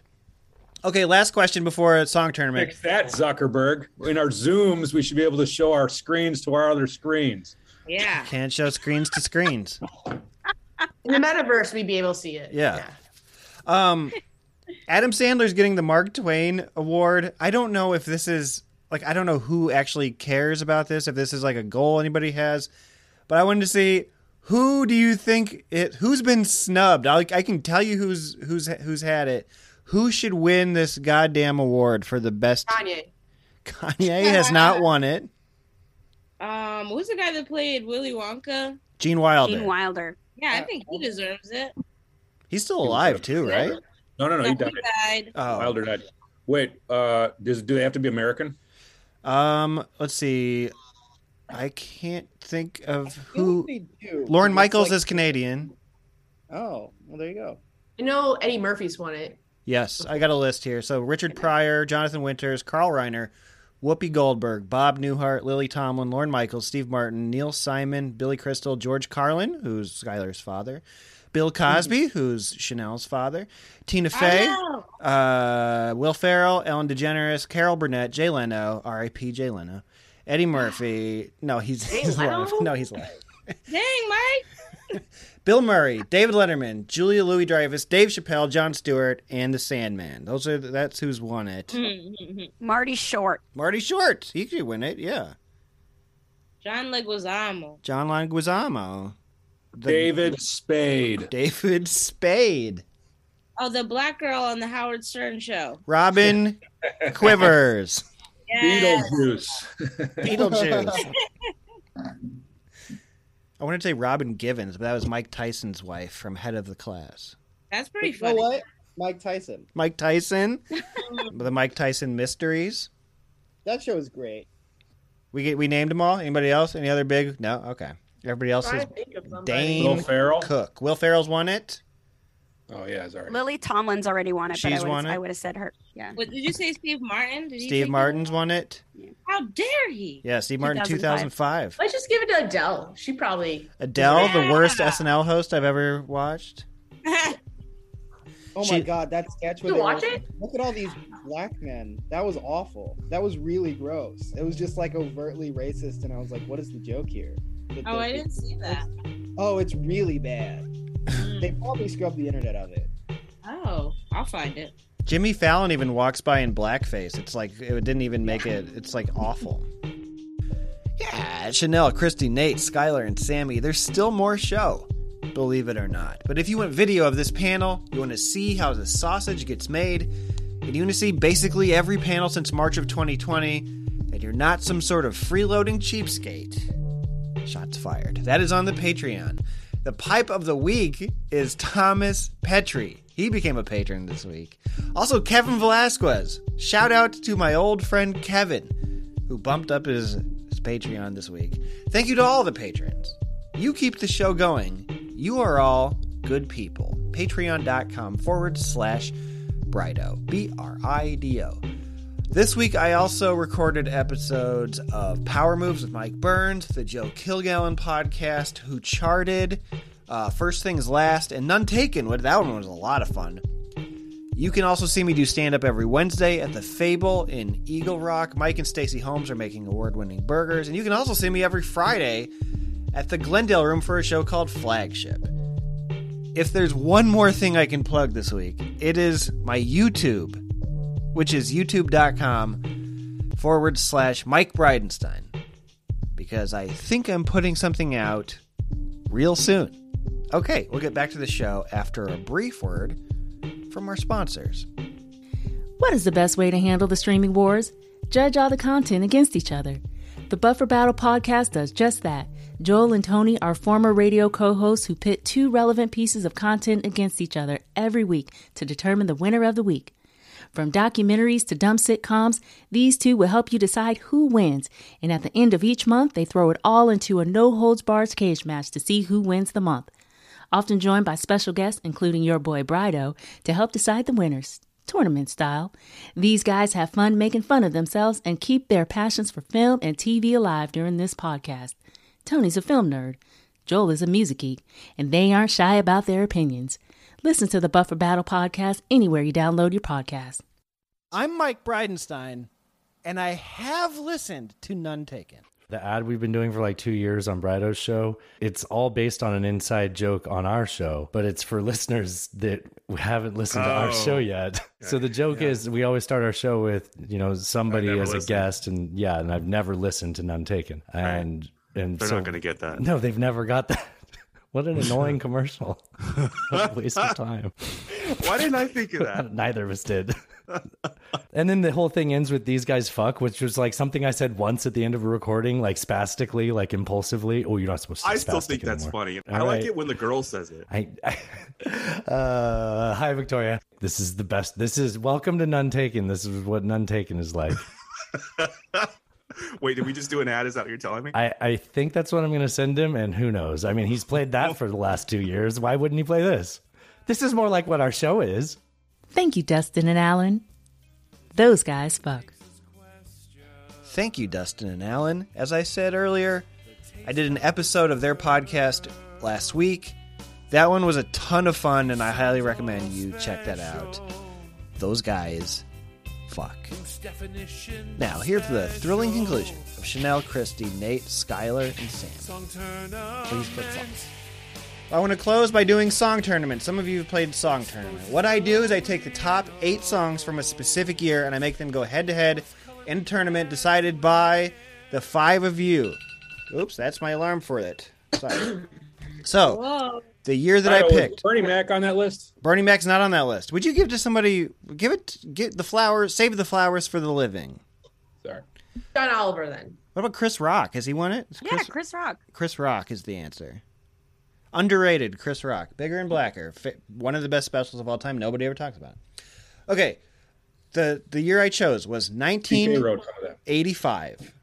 Okay, last question before a song tournament. fix that Zuckerberg. In our Zooms, we should be able to show our screens to our other screens. Yeah. Can't show screens to screens. In the metaverse, we'd be able to see it. Yeah. Um, Adam Sandler's getting the Mark Twain Award. I don't know if this is like I don't know who actually cares about this. If this is like a goal anybody has, but I wanted to see who do you think it? Who's been snubbed? I, I can tell you who's who's who's had it. Who should win this goddamn award for the best? Kanye. Kanye has not won it. Um, who's the guy that played Willy Wonka? Gene Wilder. Gene Wilder. Yeah, I think he deserves it. He's still alive too, right? No, no, no. He No, died. he died. Oh. Wilder died. Wait, uh, does do they have to be American? Um, let's see. I can't think of who. They do, Lauren because, Michaels like- is Canadian. Oh, well, there you go. I know Eddie Murphy's won it. Yes, I got a list here. So Richard Pryor, Jonathan Winters, Carl Reiner, Whoopi Goldberg, Bob Newhart, Lily Tomlin, Lauren Michaels, Steve Martin, Neil Simon, Billy Crystal, George Carlin, who's Skylar's father, Bill Cosby, Mm-hmm. who's Chanel's father, Tina Fey, Oh, uh, Will Ferrell, Ellen DeGeneres, Carol Burnett, Jay Leno, R.I.P. Jay Leno, Eddie Murphy. No, he's, Jay he's Leno? alive. No, he's alive. dang, Mike. Bill Murray, David Letterman, Julia Louis Dreyfus, Dave Chappelle, John Stewart, and the Sandman. Those are that's who's won it. Hmm. Marty Short. Marty Short, he could win it. Yeah, John Leguizamo. John Leguizamo, The- David Spade. David Spade, Oh, the black girl on the Howard Stern show. Robin Quivers, Yes. Beetlejuice. Beetlejuice. I wanted to say Robin Givens, but that was Mike Tyson's wife from Head of the Class. That's But pretty you know funny. what? Mike Tyson. Mike Tyson, the Mike Tyson Mysteries. That show is great. We get, we named them all. Anybody else? Any other big? No. Okay. Everybody else Try is to think of somebody. Dane Will Ferrell. Cook. Will Ferrell's won it. Oh yeah, sorry. Lily Tomlin's already won it, She's but I won would it? I would have said her. Yeah. What, did you say Steve Martin? Did he take Steve it? Martin's won it. How dare he? Yeah, Steve Martin, 2005. 2005. Let's just give it to Adele. She probably Adele, the worst Yeah. SNL host I've ever watched. Oh She- my god, that sketch where You they watch were- it? Look at all these black men. That was awful. That was really gross. It was just like overtly racist, and I was like, "What is the joke here?" That oh, they- I didn't see that. Oh, it's really bad. they probably scrubbed the internet of it. Oh, I'll find it. Jimmy Fallon even walks by in blackface. It's like it didn't even make it. It's like awful. Yeah, Chanel, Christy, Nate, Skylar, and Sammy. There's still more show, believe it or not. But if you want video of this panel, you want to see how the sausage gets made, and you want to see basically every panel since March of 2020, that you're not some sort of freeloading cheapskate. Shots fired. That is on the Patreon. The pipe of the week is Thomas Petrie. He became a patron this week. Also, Kevin Velasquez. Shout out to my old friend Kevin, who bumped up his, his Patreon this week. Thank you to all the patrons. You keep the show going. You are all good people. Patreon.com forward slash Brido. B R I D O. This week, I also recorded episodes of Power Moves with Mike Burns, the Joe Kilgallen podcast, Who Charted, uh, First Things Last, and None Taken. What- That one was a lot of fun. You can also see me do stand up every Wednesday at the Fable in Eagle Rock. Mike and Stacy Holmes are making award winning burgers. And you can also see me every Friday at the Glendale Room for a show called Flagship if there's one more thing I can plug this week, it is my YouTube, which is youtube.com forward slash Mike Bridenstine, because I think I'm putting something out real soon. Okay, we'll get back to the show after a brief word from our sponsors. What is the best way to handle the streaming wars? Judge all the content against each other. The Buffer Battle podcast does just that. Joel and Tony are former radio co hosts who pit two relevant pieces of content against each other every week to determine the winner of the week. From documentaries to dumb sitcoms, these two will help you decide who wins. And at the end of each month, they throw it all into a no holds barred cage match to see who wins the month. Often joined by special guests, including your boy Brido, to help decide the winners, tournament style. These guys have fun making fun of themselves and keep their passions for film and TV alive during this podcast. Tony's a film nerd, Joel is a music geek, and they aren't shy about their opinions. Listen to the Buffer Battle podcast anywhere you download your podcast. I'm Mike Bridenstine, and I have listened to None Taken. the ad we've been doing for like two years on Brido's show. It's all based on an inside joke on our show, but it's for listeners that haven't listened to Oh. our show yet. So the joke is we always start our show with, you know, somebody never as a listened. guest and yeah, and I've never listened to None Taken. And and They're so- not going to get that. No, they've never got that. What an annoying commercial. what a waste of time. Why didn't I think of that? Neither of us did. and then the whole thing ends with these guys fuck, which was like something I said once at the end of a recording, like spastically, like impulsively. Oh, you're not supposed to. I say still spastic think that's anymore. funny. All I like right. it when the girl says it. I, uh, hi Victoria. This is the best. This is welcome to None Taken. This is what None Taken is like. Wait, did we just do an ad? Is that what you're telling me? I, I think that's what I'm going to send him, and who knows? I mean, he's played that for the last two years. Why wouldn't he play this? This is more like what our show is. Thank you, Dustin and Alan. Those guys fuck. Thank you, Dustin and Alan. As I said earlier, I did an episode of their podcast last week. That one was a ton of fun, and I highly recommend you check that out. Those guys fuck. Now, here's the thrilling conclusion of Chanel, Christie, Nate, Skylar, and Sam. Please click follow. I want to close by doing song tournament. Some of you have played song tournament. What I do is I take the top eight songs from a specific year and I make them go head to head in a tournament decided by the five of you. Oops, that's my alarm for it. Sorry. So the year that I Brido, was picked. Bernie Mac on that list. Bernie Mac's not on that list. Would you give to somebody? Give it. Get the flowers. Save the flowers for the living. John Oliver then. What about Chris Rock? Has he won it? Is Yeah, Chris, Chris Rock. Chris Rock is the answer. Underrated Chris Rock, bigger and blacker, Fa- one of the best specials of all time. Nobody ever talks about it. Okay, the the year I chose was TJ wrote some of that. 1985.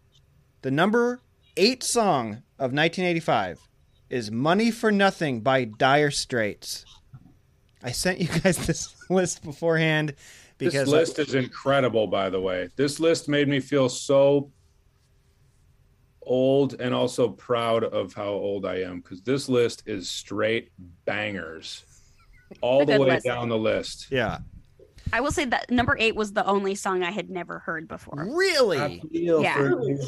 The number eight song of 1985 is "Money for Nothing" by Dire Straits. I sent you guys this list beforehand because this list is incredible, by the way. This list made me feel so old and also proud of how old I am because this list is straight bangers all A the good way list. down the list. yeah, I will say that number eight was the only song I had never heard before. I really. feel Yeah. for you.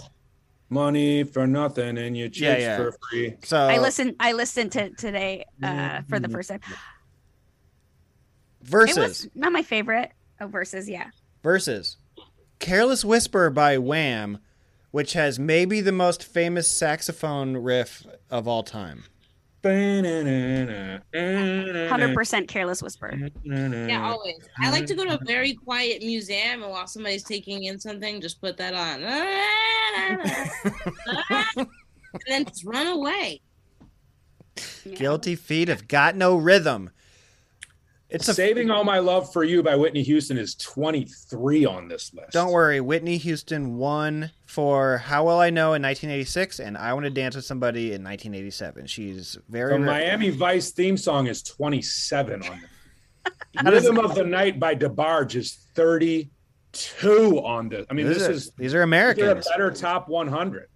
money for nothing and your chicks Yeah, yeah. for free. So I listened. I listened to it today uh, for the first time. Mm-hmm. versus. It was not my favorite. Oh, versus, yeah. versus Careless Whisper by Wham, which has maybe the most famous saxophone riff of all time. Mm-hmm. Hundred percent careless whisper. Mm-hmm. Yeah, always. I like to go to a very quiet museum and while somebody's taking in something, just put that on. and then just run away. Mm-hmm. Guilty feet have got no rhythm. It's Saving All My Love for You by Whitney Houston is 23 on this list. Don't worry, Whitney Houston won for How Will I Know in 1986 and I Want to Dance with Somebody in 1987. She's very The rare- Miami Vice theme song is 27 on How this. does- Rhythm of the Night by DeBarge is 32 on this. I mean, These this are- is these are These Americans. are a better top 100.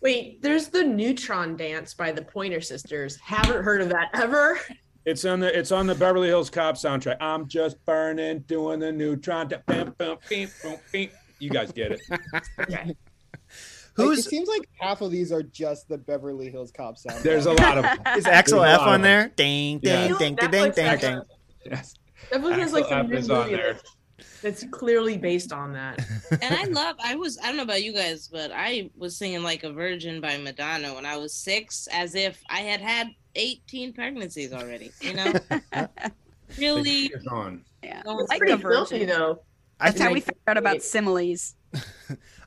Wait, there's the Neutron Dance by the Pointer Sisters. Haven't heard of that ever. It's on the it's on the Beverly Hills Cop soundtrack. I'm just burning, doing the neutron. da- bam, bam, beep, boom, beep. You guys get it. Who's? it seems like half of these are just the Beverly Hills Cop sound. There's a lot of Is Axel F on there? Ding, ding, ding, ding, ding, ding, ding. Everyone has like Axel F some new is on movie there. list that's clearly based on that. And I love, I was, I don't know about you guys, but I was singing Like a Virgin by Madonna when I was six, as if I had had 18 pregnancies already, you know? really? Yeah. Going Like pretty a virgin. filthy, though. I That's how we think, found out about similes.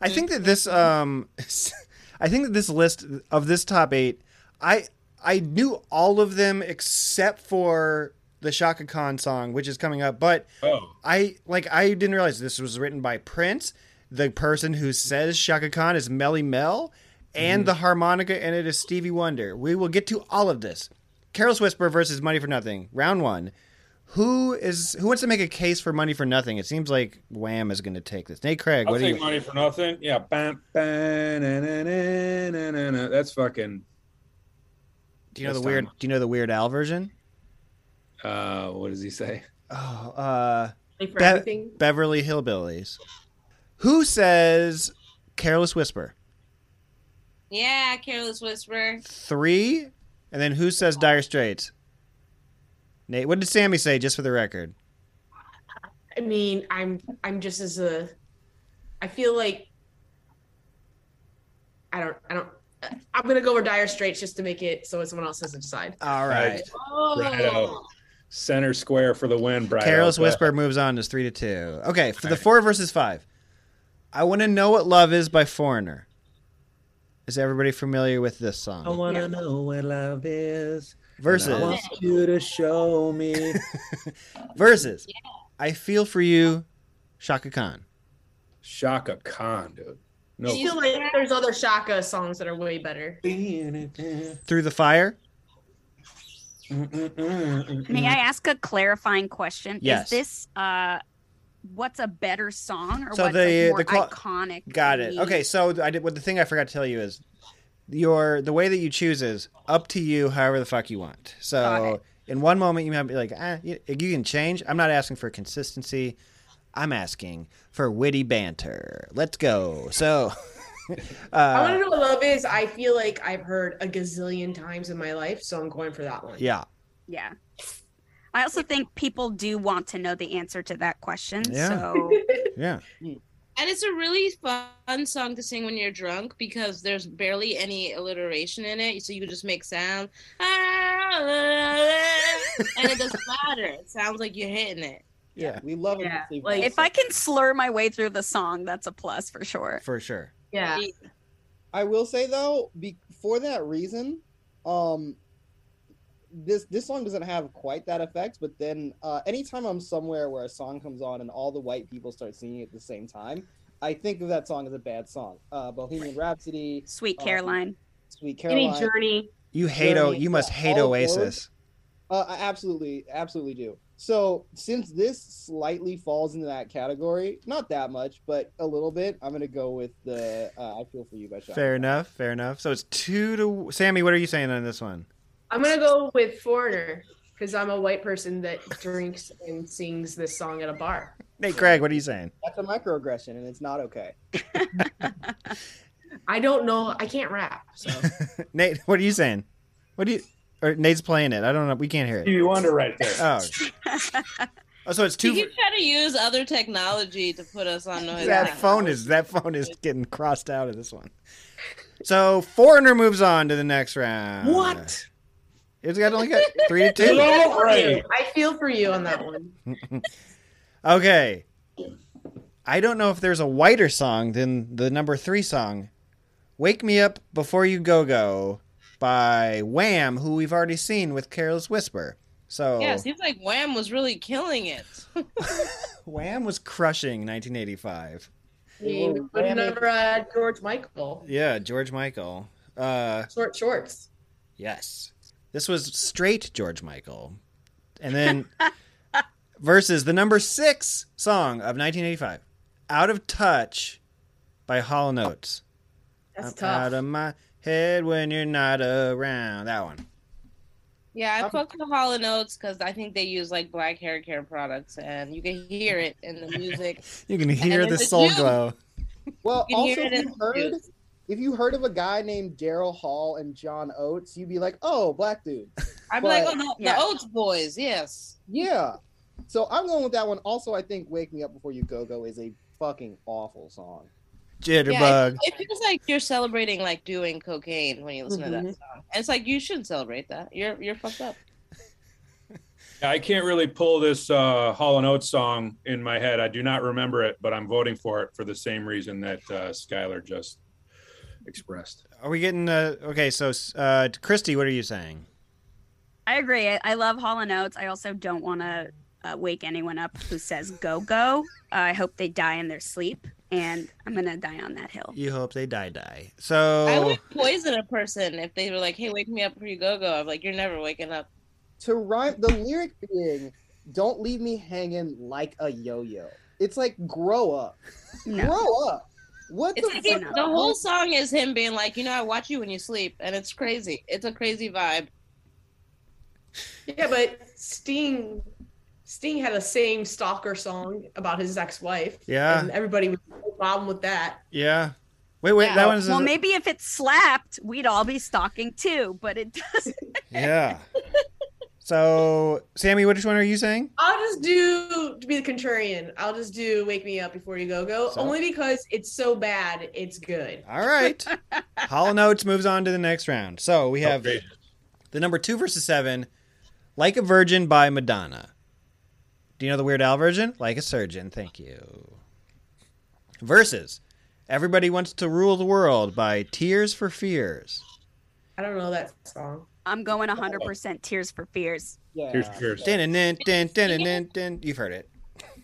I think that this um I think that this list of this top 8 I I knew all of them except for the Shaka Khan song which is coming up but Oh. I like I didn't realize this was written by Prince the person who says Shaka Khan is Melly Mel Mhm. and the harmonica in it is Stevie Wonder. We will get to all of this. Carol's Whisper versus Money for Nothing, round 1. Who is who wants to make a case for money for nothing? It seems like Wham is going to take this. Nate Craig, I'll what do take you? money for nothing. Yeah, bam, bam, na, na, na, na, na, na. that's fucking. Do you know the weird? Do you know the Weird Al version? Uh, what does he say? Oh, uh, Like for Be- everything? Beverly Hillbillies. Who says "Careless Whisper"? Yeah, Careless Whisper. Three, and then who says "Dire Straits"? Nate, what did Sammy say? Just for the record, I mean, I'm I'm just as a I feel like I don't I don't I'm gonna go with Dire Straits just to make it so someone else doesn't decide. All right. Oh. Righto. Center square for the win, Brian. "Careless Whisper" moves on as three to two. Okay, for the four versus five, I want to know what love is by Foreigner. Is everybody familiar with this song? want to know what love is. Versus. I want you to show me. Versus, I feel for you, Shaka Khan. Shaka Khan, dude. I feel like there's other Shaka songs that are way better. Through the fire. May I ask a clarifying question? Mm-hmm. Yes. Is this uh, what's a better song or So what's the- like more the qual- iconic? Got it. maybe? Okay, so I did. What the thing I forgot to tell you is, your the way that you choose is up to you, however the fuck you want. So in one moment you might be like, ah, you, you can change. I'm not asking for consistency. I'm asking for witty banter. Let's go. So, I want to uh, know what love is. I feel like I've heard a gazillion times in my life, so I'm going for that one. yeah, Yeah. I also think people do want to know the answer to that question. Yeah. So yeah. And it's a really fun song to sing when you're drunk because there's barely any alliteration in it, so you can just make sound. and it doesn't matter. It sounds like you're hitting it. Yeah. We love it. Yeah, like, if I can slur my way through the song, that's a plus for sure. for sure. Yeah. I will say though, be- for that reason, um, this this song doesn't have quite that effect. But then, uh, anytime I'm somewhere where a song comes on and all the white people start singing at the same time, I think of that song as a bad song. Uh, Bohemian Rhapsody, Sweet um, Caroline. Sweet Caroline, Any journey. You hate. O- Journey, you must yeah, hate all of those. Oasis. Uh, I absolutely, absolutely do. So since this slightly falls into that category, not that much, but a little bit, I'm gonna go with the uh, "I Feel for You" by Shaka. Fair enough. Fair enough. So it's two to Sammy. What are you saying on this one? I'm gonna go with Foreigner because I'm a white person that drinks and sings this song at a bar. Nate Craig, what are you saying? That's a microaggression, and it's not okay. I don't know. I can't rap. So Nate, what are you saying? What do you? Or Nate's playing it. I don't know. We can't hear it. Stevie Wonder right there. Oh, Oh, so it's Did two. you try to use other technology to put us on noise? That phone is that phone is getting crossed out of this one. So foreigner moves on to the next round. What? It's got only got three to two. I feel for you on that one. Okay. I don't know if there's a whiter song than the number three song, Wake Me Up Before You Go Go by Wham, who we've already seen with Careless Whisper. So Yeah, it seems like Wham was really killing it. Wham was crushing 1985. We Whoa, would Miami. never add uh, George Michael. Yeah, George Michael. Uh, Short shorts. yes. This was straight George Michael. And then versus the number six song of 1985, Out of Touch by Hall and Oates. That's I'm tough. out of my head when you're not around. That one. Yeah, I fucked with Hollow Notes because I think they use like black hair care products, and you can hear it in the music. You can hear hear And the the it's soul soul you. glow. glow. Well, You can also, hear it if in you the heard news. if you heard of a guy named Daryl Hall and John Oates, you'd be like, "Oh, black dude." I'm But- like, oh, the, the Oates boys, yes. Yeah. So I'm going with that one. Also, I think "Wake Me Up Before You Go Go" is a fucking awful song. Yeah, Jitterbug. it, it feels like you're celebrating like doing cocaine when you listen to that Mhm. song. And it's like you shouldn't celebrate that. You're you're fucked up. Yeah, I can't really pull this uh, Hall and Oates song in my head. I do not remember it, but I'm voting for it for the same reason that uh, Skylar just expressed. Are we getting uh, okay? So, uh, Christy, what are you saying? I agree. I, I love Hall and Oates. I also don't want to uh, wake anyone up who says go go. Uh, I hope they die in their sleep, and I'm gonna die on that hill. You hope they die, die. So, Oh. I would poison a person if they were like, hey, wake me up before you go go. I'm like, you're never waking up. To rhyme, the lyric being, "Don't leave me hanging like a yo-yo." It's like, grow up, No. grow up. What It's the like fuck? him- the whole song is him being like, you know, I watch you when you sleep, and it's crazy. It's a crazy vibe. Yeah, but Sting Sting had a same stalker song about his ex-wife. Yeah. And everybody was no problem with that. yeah. Wait, wait. Yeah. That one's well, maybe if it slapped, we'd all be stalking too. But it doesn't. yeah. so, Sammy, which one are you saying? I'll just do to be the contrarian. I'll just do "Wake Me Up Before You Go Go" So- only because it's so bad. It's good. All right. Hollow Notes moves on to the next round. So we have the number two versus seven, Like a Virgin by Madonna. Do you know the Weird Al version? Like a Surgeon. Thank you. Versus Everybody Wants to Rule the World by Tears for Fears. I don't know that song. I'm going 100 percent Tears for Fears. Yeah. Tears for Fears. Dun, dun, dun, dun, dun, dun, dun. You've heard it.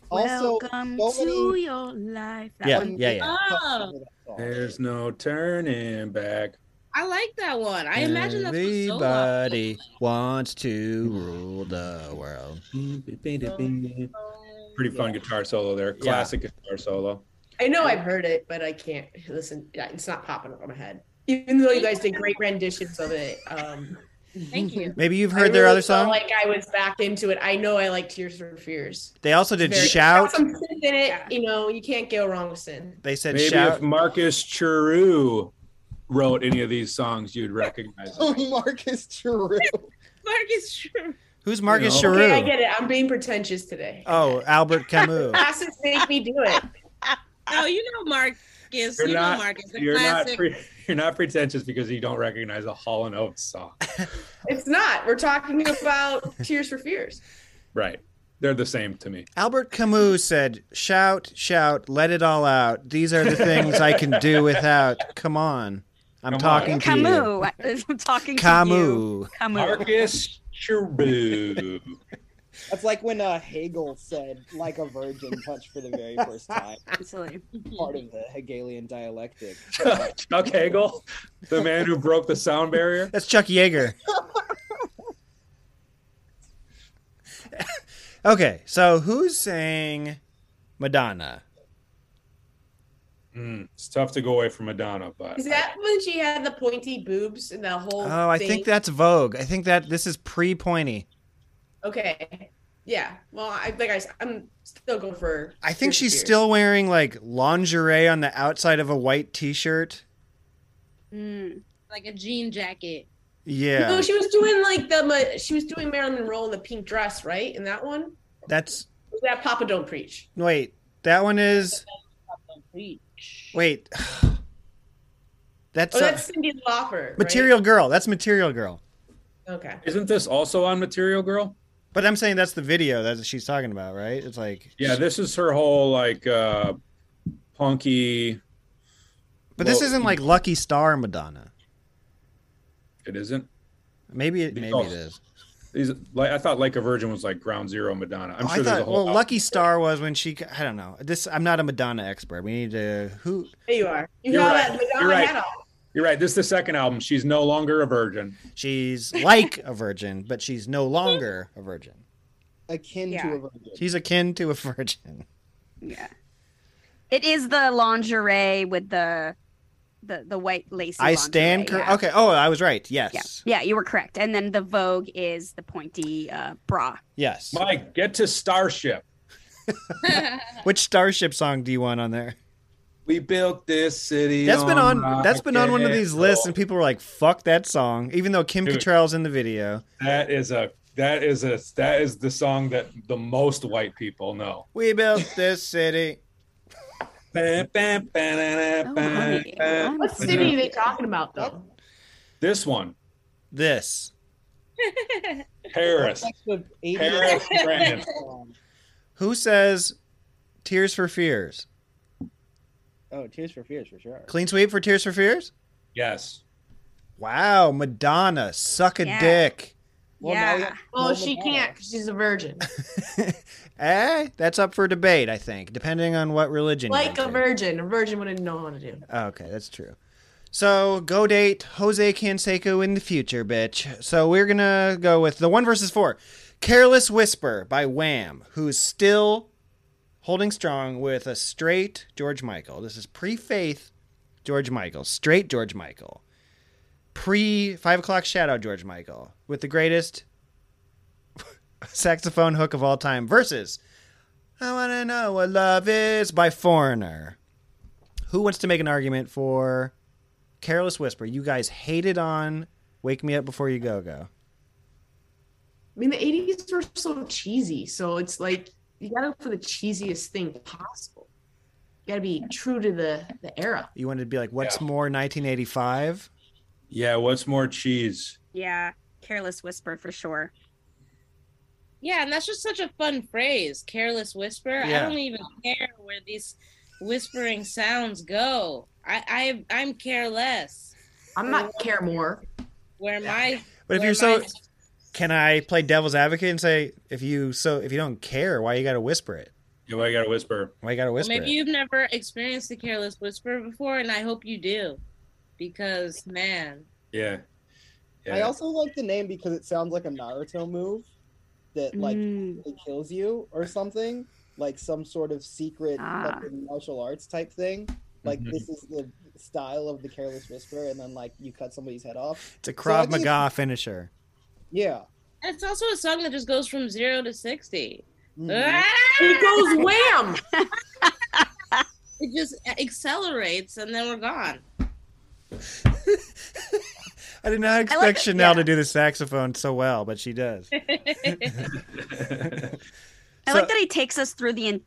Also, Welcome so to many- your life. Yeah, one. yeah, yeah. Oh, There's no turning back. I like that one. I imagine that's what solo. Everybody wants to rule the world. Pretty fun guitar solo there. Classic guitar solo. I know I've heard it, but I can't listen. yeah, It's not popping up in my head. Even though you guys did great renditions of it. Um, Thank you. Maybe you've I heard their really other felt song. Like I was back into it. I know I like Tears for Fears. They also did Very- Shout. Some synth in it. You know, you can't go wrong with sin. They said Maybe Shout. if Marcus Cheru wrote any of these songs, you'd recognize it. Marcus True. Marcus True. Who's Marcus You know. Cheru? Okay, I get it. I'm being pretentious today. Oh, Albert Camus. Classes make me do it. Oh, you know Marcus. you You're know not, Marcus. The you're, not classic. pre- you're not pretentious because you don't recognize a Hall and Oates song. It's not. We're talking about Tears for Fears. Right. They're the same to me. Albert Camus said, "Shout, shout, let it all out. These are the things I can do without. Come on, I'm Come talking on. to you." Camus. I'm talking Camus. to you. Camus. Marcus Cheru. That's like when uh, Hegel said, like a virgin touched for the very first time. Absolutely. Part of the Hegelian dialectic. Chuck Hagel, the man who broke the sound barrier. That's Chuck Yeager. okay, so who's saying Madonna? Mm, it's tough to go away from Madonna, but Is that when she had the pointy boobs and the whole? Oh, I thing? think that's Vogue. I think that this is pre-pointy. Okay. Yeah. Well, I like I, s- I'm still going for. I think Tears for she's Fears. still wearing like lingerie on the outside of a white T-shirt. Hmm. Like a jean jacket. Yeah, No, she was doing like the. ma- She was doing Marilyn Monroe in the pink dress, right? In that one. that's that Papa Don't Preach. Wait, that one is. Wait. That's, oh, uh, that's Cindy Lauper. right? Material Girl. That's Material Girl. Okay. Isn't this also on Material Girl? But I'm saying that's the video that she's talking about, right? It's like. Yeah, this is her whole like uh punky. But this Well, isn't like Lucky Star Madonna. It isn't. Maybe it. Maybe it is. These, like, I thought Like a Virgin was like Ground Zero Madonna. I'm Oh, sure I there's a thought. whole. Well, Lucky Star was when she. I don't know. This. I'm not a Madonna expert. We need to. Who? There you are. You You're got right. that Madonna You're right. hat on. You're right. This is the second album. She's no longer a virgin. She's like a virgin, but she's no longer a virgin. akin Yeah. to a virgin. She's akin to a virgin. Yeah. It is the lingerie with the the the white lacy. I stand. lingerie, Cor- yeah. Okay. Oh, I was right. Yes. Yeah, you were correct. And then the Vogue is the pointy uh, bra. Yes. Mike, get to Starship. Which Starship song do you want on there? We built this city. That's been on. rock That's been on one of and these lists, and people were like, "Fuck that song," even though Kim Dude. Cattrall's in the video. That is a that is a that is the song that the most white people know. We built this city. Oh, Uh, What city are they talking about though? This one, this Paris, Paris, France. Who says Tears for Fears? Oh, Tears for Fears for sure. Clean sweep for Tears for Fears? Yes. Wow, Madonna, suck a Yeah. dick. yeah. Well, she can't because she's a virgin. Eh, that's up for debate, I think, depending on what religion. you're Like a virgin. A virgin wouldn't know how to do. Oh, Okay, that's true. So go date Jose Canseco in the future, bitch. So we're gonna go with the one versus four, "Careless Whisper" by Wham, who's still holding strong with a straight George Michael. This is pre-faith George Michael, straight George Michael, pre five o'clock shadow George Michael, with the greatest saxophone hook of all time versus "I Wanna Know What Love Is" by Foreigner who wants to make an argument for Careless Whisper? You guys hated on Wake Me Up Before You Go Go. I mean, the eighties were so cheesy, so it's like you gotta go for the cheesiest thing possible. You gotta be true to the the era. You wanted to be like, what's more 1985? Yeah, what's more cheese? Yeah, careless whisper for sure. Yeah, and that's just such a fun phrase, careless whisper. I Yeah. don't even care where these whispering sounds go. I, I I'm careless. I'm not care more. Where my But if where you're so, my- can I play devil's advocate and say if you so if you don't care, why you got to whisper it? Yeah, why you got to whisper? Why you got to Well, whisper maybe it? you've never experienced the careless whisper before, and I hope you do, because man, Yeah. I also like the name because it sounds like a Naruto move that Mm-hmm. like Mm. it kills you or something, like some sort of secret Ah. fucking martial arts type thing. Like Mm-hmm. this is the style of the Careless Whisper, and then like you cut somebody's head off. It's a So I Krav think- Maga finisher. Yeah. and it's also a song that just goes from zero to sixty. Mm-hmm. Ah! Mhm. It goes wham. It just accelerates, and then we're gone. I did not expect Chanel to do the saxophone so well, but she does. I like that he takes us through the en-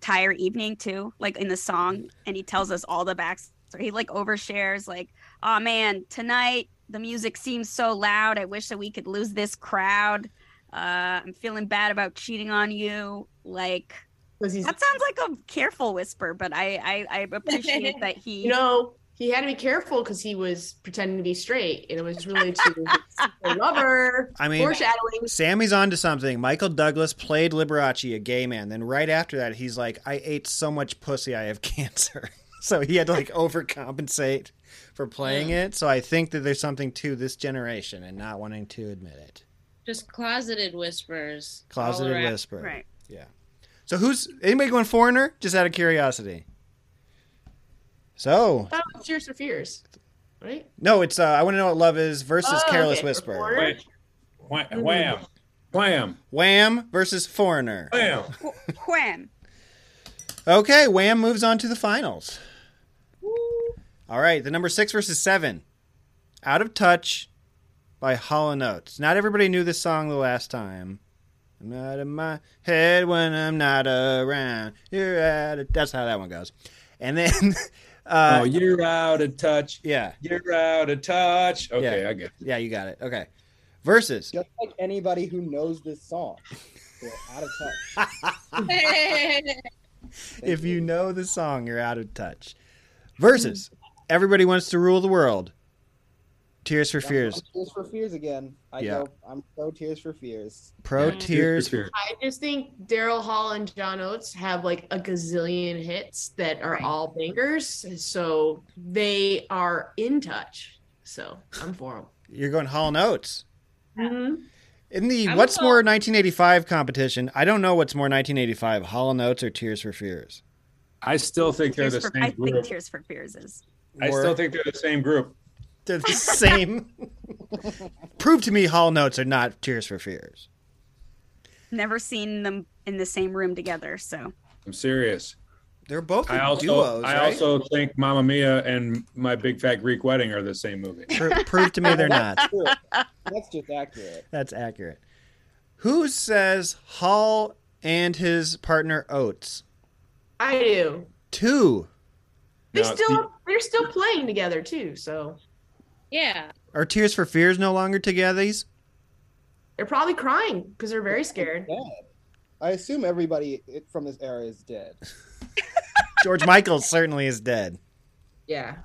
entire evening too, like in the song, and he tells us all the backstory. He like overshares, like, "Oh man, tonight the music seems so loud. I wish that we could lose this crowd. Uh, I'm feeling bad about cheating on you." Like that sounds like a careful whisper, but I I, I appreciate that he You know, he had to be careful because he was pretending to be straight, and it was really to a lover. I mean, foreshadowing. Sammy's onto something. Michael Douglas played Liberace, a gay man. Then right after that, he's like, "I ate so much pussy, I have cancer." so he had to like overcompensate for playing it. So I think that there's something to this generation and not wanting to admit it. Just closeted whispers. all Closeted around. whisper. Yeah. So who's anybody going foreigner? Just out of curiosity. So I thought it was Tears for Fears, right? no, it's uh, I want to know what love is versus Oh, careless okay. whisper. Foreigner? Wha- Mm-hmm. Wham, wham, wham versus foreigner. Wham. Wham. Okay, Wham moves on to the finals. All right, the number six versus seven. Out of Touch by Hollow Notes. Not everybody knew this song the last time. I'm out of my head when I'm not around. You're out of that's how that one goes. And then uh Oh, you're out of touch. Yeah. You're out of touch. Okay, yeah. I get it. Yeah, you got it. Okay. Versus. Just like anybody who knows this song, they're out of touch. if you know the song, you're out of touch. Versus Everybody Wants to Rule the World. Tears for Fears. Tears for Fears again. I Yeah. go. I'm pro Tears for Fears. Pro Tears. I just think Daryl Hall and John Oates have like a gazillion hits that are all bangers, so they are in touch. So I'm for them. You're going Hall Notes. Mm-hmm. In the I'm What's gonna- More 1985 competition, I don't know what's more 1985, Hall Notes or Tears for Fears. I still think Tears for, I think Tears for Fears is. I still think they're the same group. They're the same. Prove to me Hall Notes are not Tears for Fears. Never seen them in the same room together, so I'm serious. They're both I also duos, I right? also think Mamma Mia and My Big Fat Greek Wedding are the same movie. Pro- prove to me they're not. That's true. That's just accurate. That's accurate. Who says Hall and his partner Oates? I do. Two. They still they're still playing together too. So yeah, are Tears for Fears no longer together? These? they're probably crying because they're very scared. I assume everybody from this era is dead. George Michael certainly is dead. Yeah.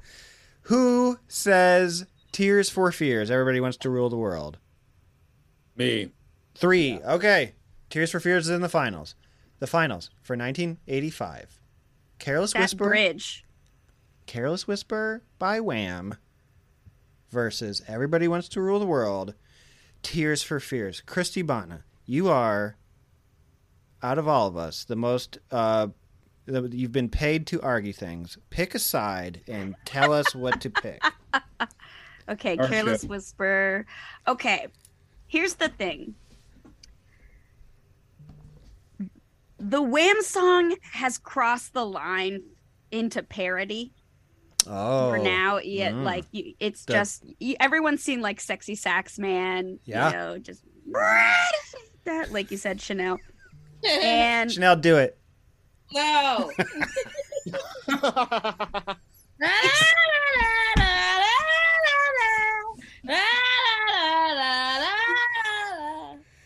Who says Tears for Fears? Everybody wants to rule the world. Me. Three. Okay. Tears for Fears is in the finals. The finals for 1985. Careless that Whisper. bridge. Careless Whisper by Wham versus Everybody Wants to Rule the World. Tears for Fears. Christy Botna, you are out of all of us the most uh the, you've been paid to argue things. Pick a side and tell us what to pick. Okay, Or Careless should. Whisper. Okay, here's the thing. The Wham song has crossed the line into parody Oh. for now. Yeah, Mm. like you, it's The- just you, everyone's seen like "Sexy Sax Man." Yeah. you know, just that, like you said, Chanel. And Chanel, do it. no.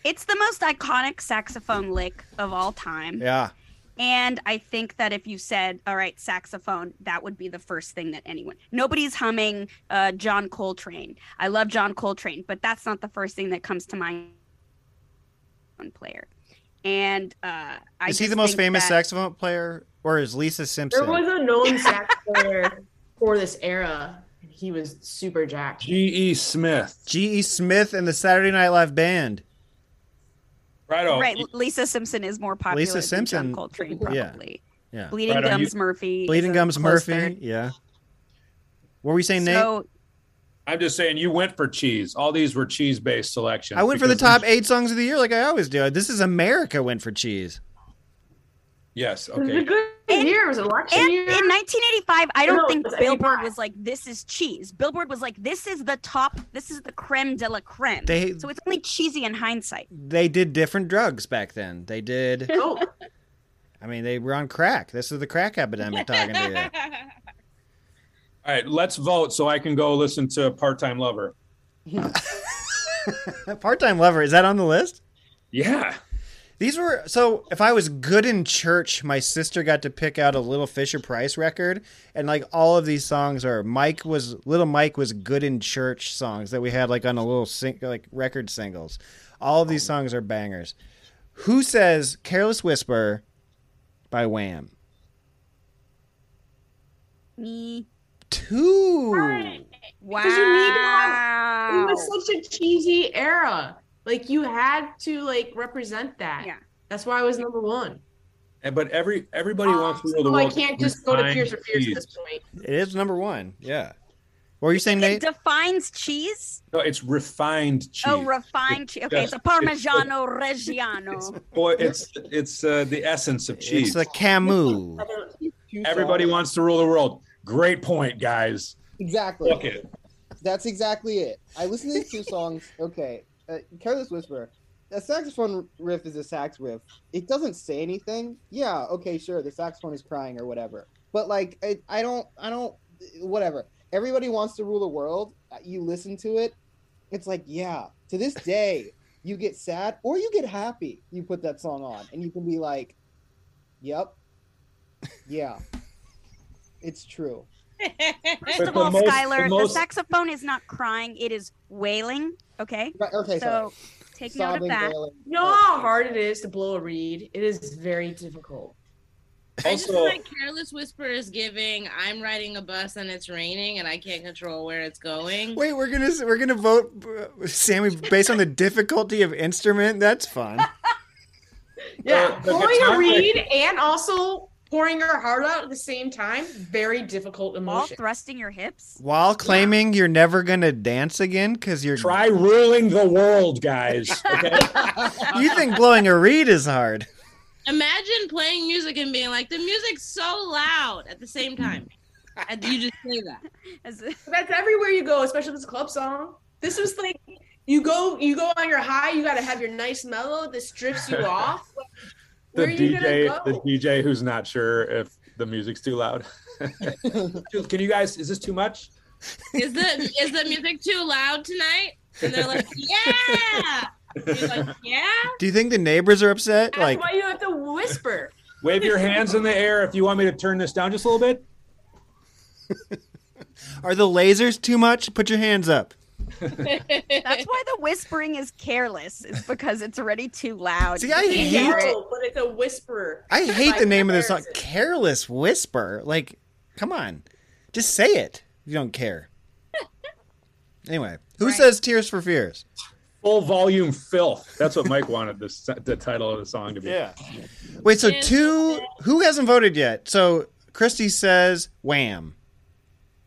it's the most iconic saxophone lick of all time. Yeah. And I think that if you said, all right, saxophone, that would be the first thing that anyone, nobody's humming uh, John Coltrane. I love John Coltrane, but that's not the first thing that comes to mind. One player. And uh, I is he the just most think famous that- saxophone player or is Lisa There Simpson? was a known sax player for this era. and He was super jacked. G.E. E Smith. G.E. E Smith and the Saturday Night Live band. Right Right. Lisa Simpson is more popular. Lisa than Simpson. John Coltrane, Yeah. probably. Yeah. Bleeding Right on. Gums Murphy. Bleeding is a Gums close Murphy. third. Yeah. What were you saying, Nate? So I'm just saying you went for cheese. All these were cheese based selections. I went for the because- top eight songs of the year, like I always do. This is America went for cheese. Yes. It was a Okay. good year. It was an election And year. in 1985, I don't No, think it's Billboard 85. was like, "This is cheese." Billboard was like, "This is the top. This is the creme de la creme." They- so it's only cheesy in hindsight. They did different drugs back then. They did. oh, I mean, they were on crack. This is the crack epidemic talking to you. All right. Let's vote so I can go listen to Part Time Lover. Part time lover is that on the list? Yeah. These were so. If I was good in church, my sister got to pick out a little Fisher Price record, and like all of these songs are Mike was little Mike was good in church songs that we had like on a little sing, like record singles. All of these songs are bangers. Who says "Careless Whisper" by Wham? Me. Two. Wow. you need to have- it was such a cheesy era. Like you had to like represent that. Yeah. That's why I was number one. And- But every everybody wants to rule the Ah, So I world. can't just go to Define Tears for Fears at this cheese. point. It is number one. Yeah. What were you saying, it Nate? defines cheese. No, it's refined cheese. Oh, refined cheese. Okay, just- it's a it's- Parmigiano Reggiano. Boy, it's it's uh, the essence of It's cheese. the Camus. Everybody wants to rule the world. Great point, guys. Exactly. Look it. That's exactly it. I listened to these two songs. Okay, uh, Careless Whisper. a saxophone riff is a sax riff. It doesn't say anything. Yeah, okay, sure. The saxophone is crying or whatever. But like, I, I don't, I don't, whatever. Everybody wants to rule the world. You listen to it. It's like, yeah. To this day, you get sad or you get happy. You put that song on, and you can be like, "Yep, yeah, it's true." First But of the all, most- Skylar, the the, most- saxophone is not crying; it is wailing. Okay. okay, So sorry. take note Sobbing, of that. wailing. You know how hard it is to blow a reed? It is very difficult. I just Also- feel like careless whisper is giving. I'm riding a bus and it's raining and I can't control where it's going. Wait, we're gonna we're gonna vote uh, Sammy based on the difficulty of instrument. That's fun. Yeah, the blowing a guitar- reed and also pouring your heart out at the same time, very difficult All emotion. thrusting your hips. While claiming you're never gonna dance again because you're try ruling the world, guys. Okay? you think blowing a reed is hard? Imagine playing music and being like, the music's so loud at the same time. And you just say that. That's everywhere you go, especially if it's a club song. This was like you go you go on your high, you gotta have your nice mellow, this strips you off. the Where are you DJ, gonna go? the DJ who's not sure if the music's too loud. Can you guys? Is this too much? Is the is the music too loud tonight? And they're like, yeah. You're like, yeah. Do you think the neighbors are upset? That's Like, why you have to whisper. Wave your hands in the air if you want me to turn this down just a little bit. are the lasers too much? Put your hands up. That's why the whispering is careless. Is because it's already too loud. See, I You can't hear hate- it. Oh, but it's a whisper. I hate the name of this song, "Careless Whisper." Like, come on, just say it. if You don't care. Anyway, who says "Tears for Fears"? Full volume filth. That's what Mike wanted this, the title of the song to be. Yeah. Wait, so two? Who hasn't voted yet? So Christy says "Wham."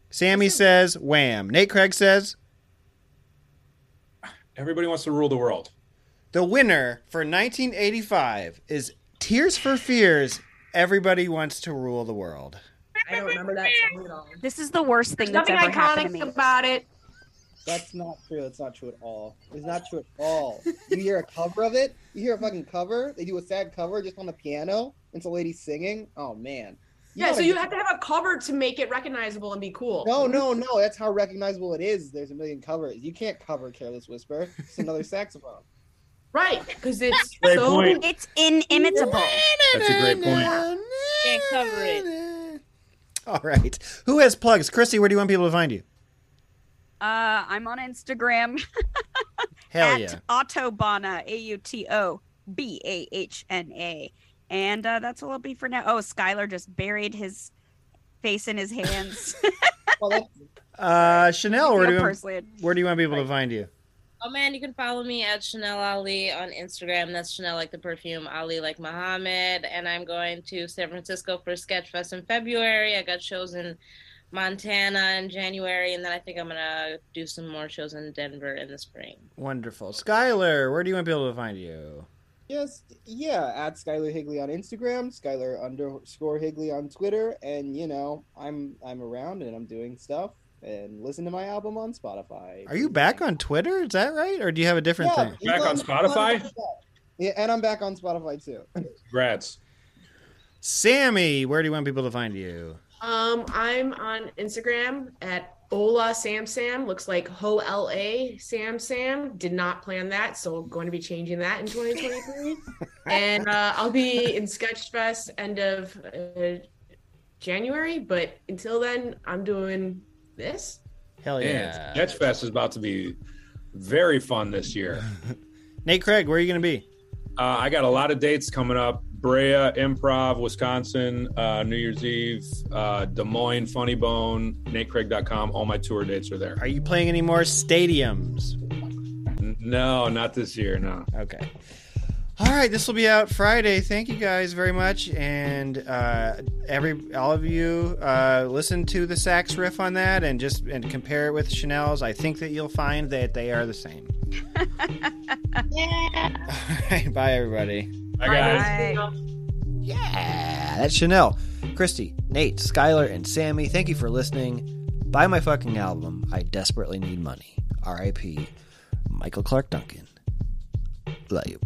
Sammy says "Wham." Nate Craig says Everybody wants to rule the world. The winner for 1985 is Tears for Fears. Everybody wants to rule the world. I don't remember that song at all. This is the worst thing There's that's nothing ever happened to me. iconic about it. That's not true. That's not true at all. It's not true at all. You hear a cover of it. You hear a fucking cover. They do a sad cover just on the piano. It's a lady singing. Oh man. Yeah, so gotta- you have to have a cover to make it recognizable and be cool. No, Oh, no, no. That's how recognizable it is. There's a million covers. You can't cover "Careless Whisper." It's another saxophone. Right, because it's Great so point. It's inimitable. That's a great point. Can't cover it. All right. Who has plugs? Christy, where do you want people to find you? Uh, I'm on Instagram. Hell at yeah. Autobahna, A U T O B A H N A. And uh, that's all it'll be for now. Oh, Skylar just buried his face in his hands. Uh, Chanel, where do, Feel you, personally- where do you want people to find you? Oh man, you can follow me at Chanel Ali on Instagram. That's Chanel like the perfume, Ali like Muhammad. And I'm going to San Francisco for Sketchfest in February. I got shows in Montana in January, and then I think I'm gonna do some more shows in Denver in the spring. Wonderful. Skylar, where do you want people to find you? Yes, yeah. At Skylar Higley on Instagram, Skylar underscore Higley on Twitter, and you know, I'm I'm around and I'm doing stuff. And listen to my album on Spotify. Are you back on Twitter? Is that right? Or do you have a different Yeah, thing? it's Yeah, and I'm back on Spotify too. Congrats. Sammy, where do you want people to find you? Um, I'm on Instagram at Ola Sam Sam. Looks like Ho L A Sam Sam. Did not plan that, so going to be changing that in 2023. and uh, I'll be in Sketchfest end of uh, January. But until then, I'm doing this. Hell yeah. Sketchfest is about to be very fun this year. Nate Craig, where are you going to be? Uh, I got a lot of dates coming up. Brea Improv, Wisconsin, uh, New Year's Eve, uh, Des Moines, Funny Bone, NateCraig.com. All my tour dates are there. Are you playing any more stadiums? No, not this year. No. Okay. All right, this will be out Friday. Thank you guys very much, and uh, every all of you uh, listen to the sax riff on that, and just and compare it with Chanel's. I think that you'll find that they are the same. All right, bye everybody. Bye guys. Yeah, that's Chanel, Christy, Nate, Skylar, and Sammy. Thank you for listening. Buy my fucking album. I desperately need money. R.I.P. Michael Clark Duncan. like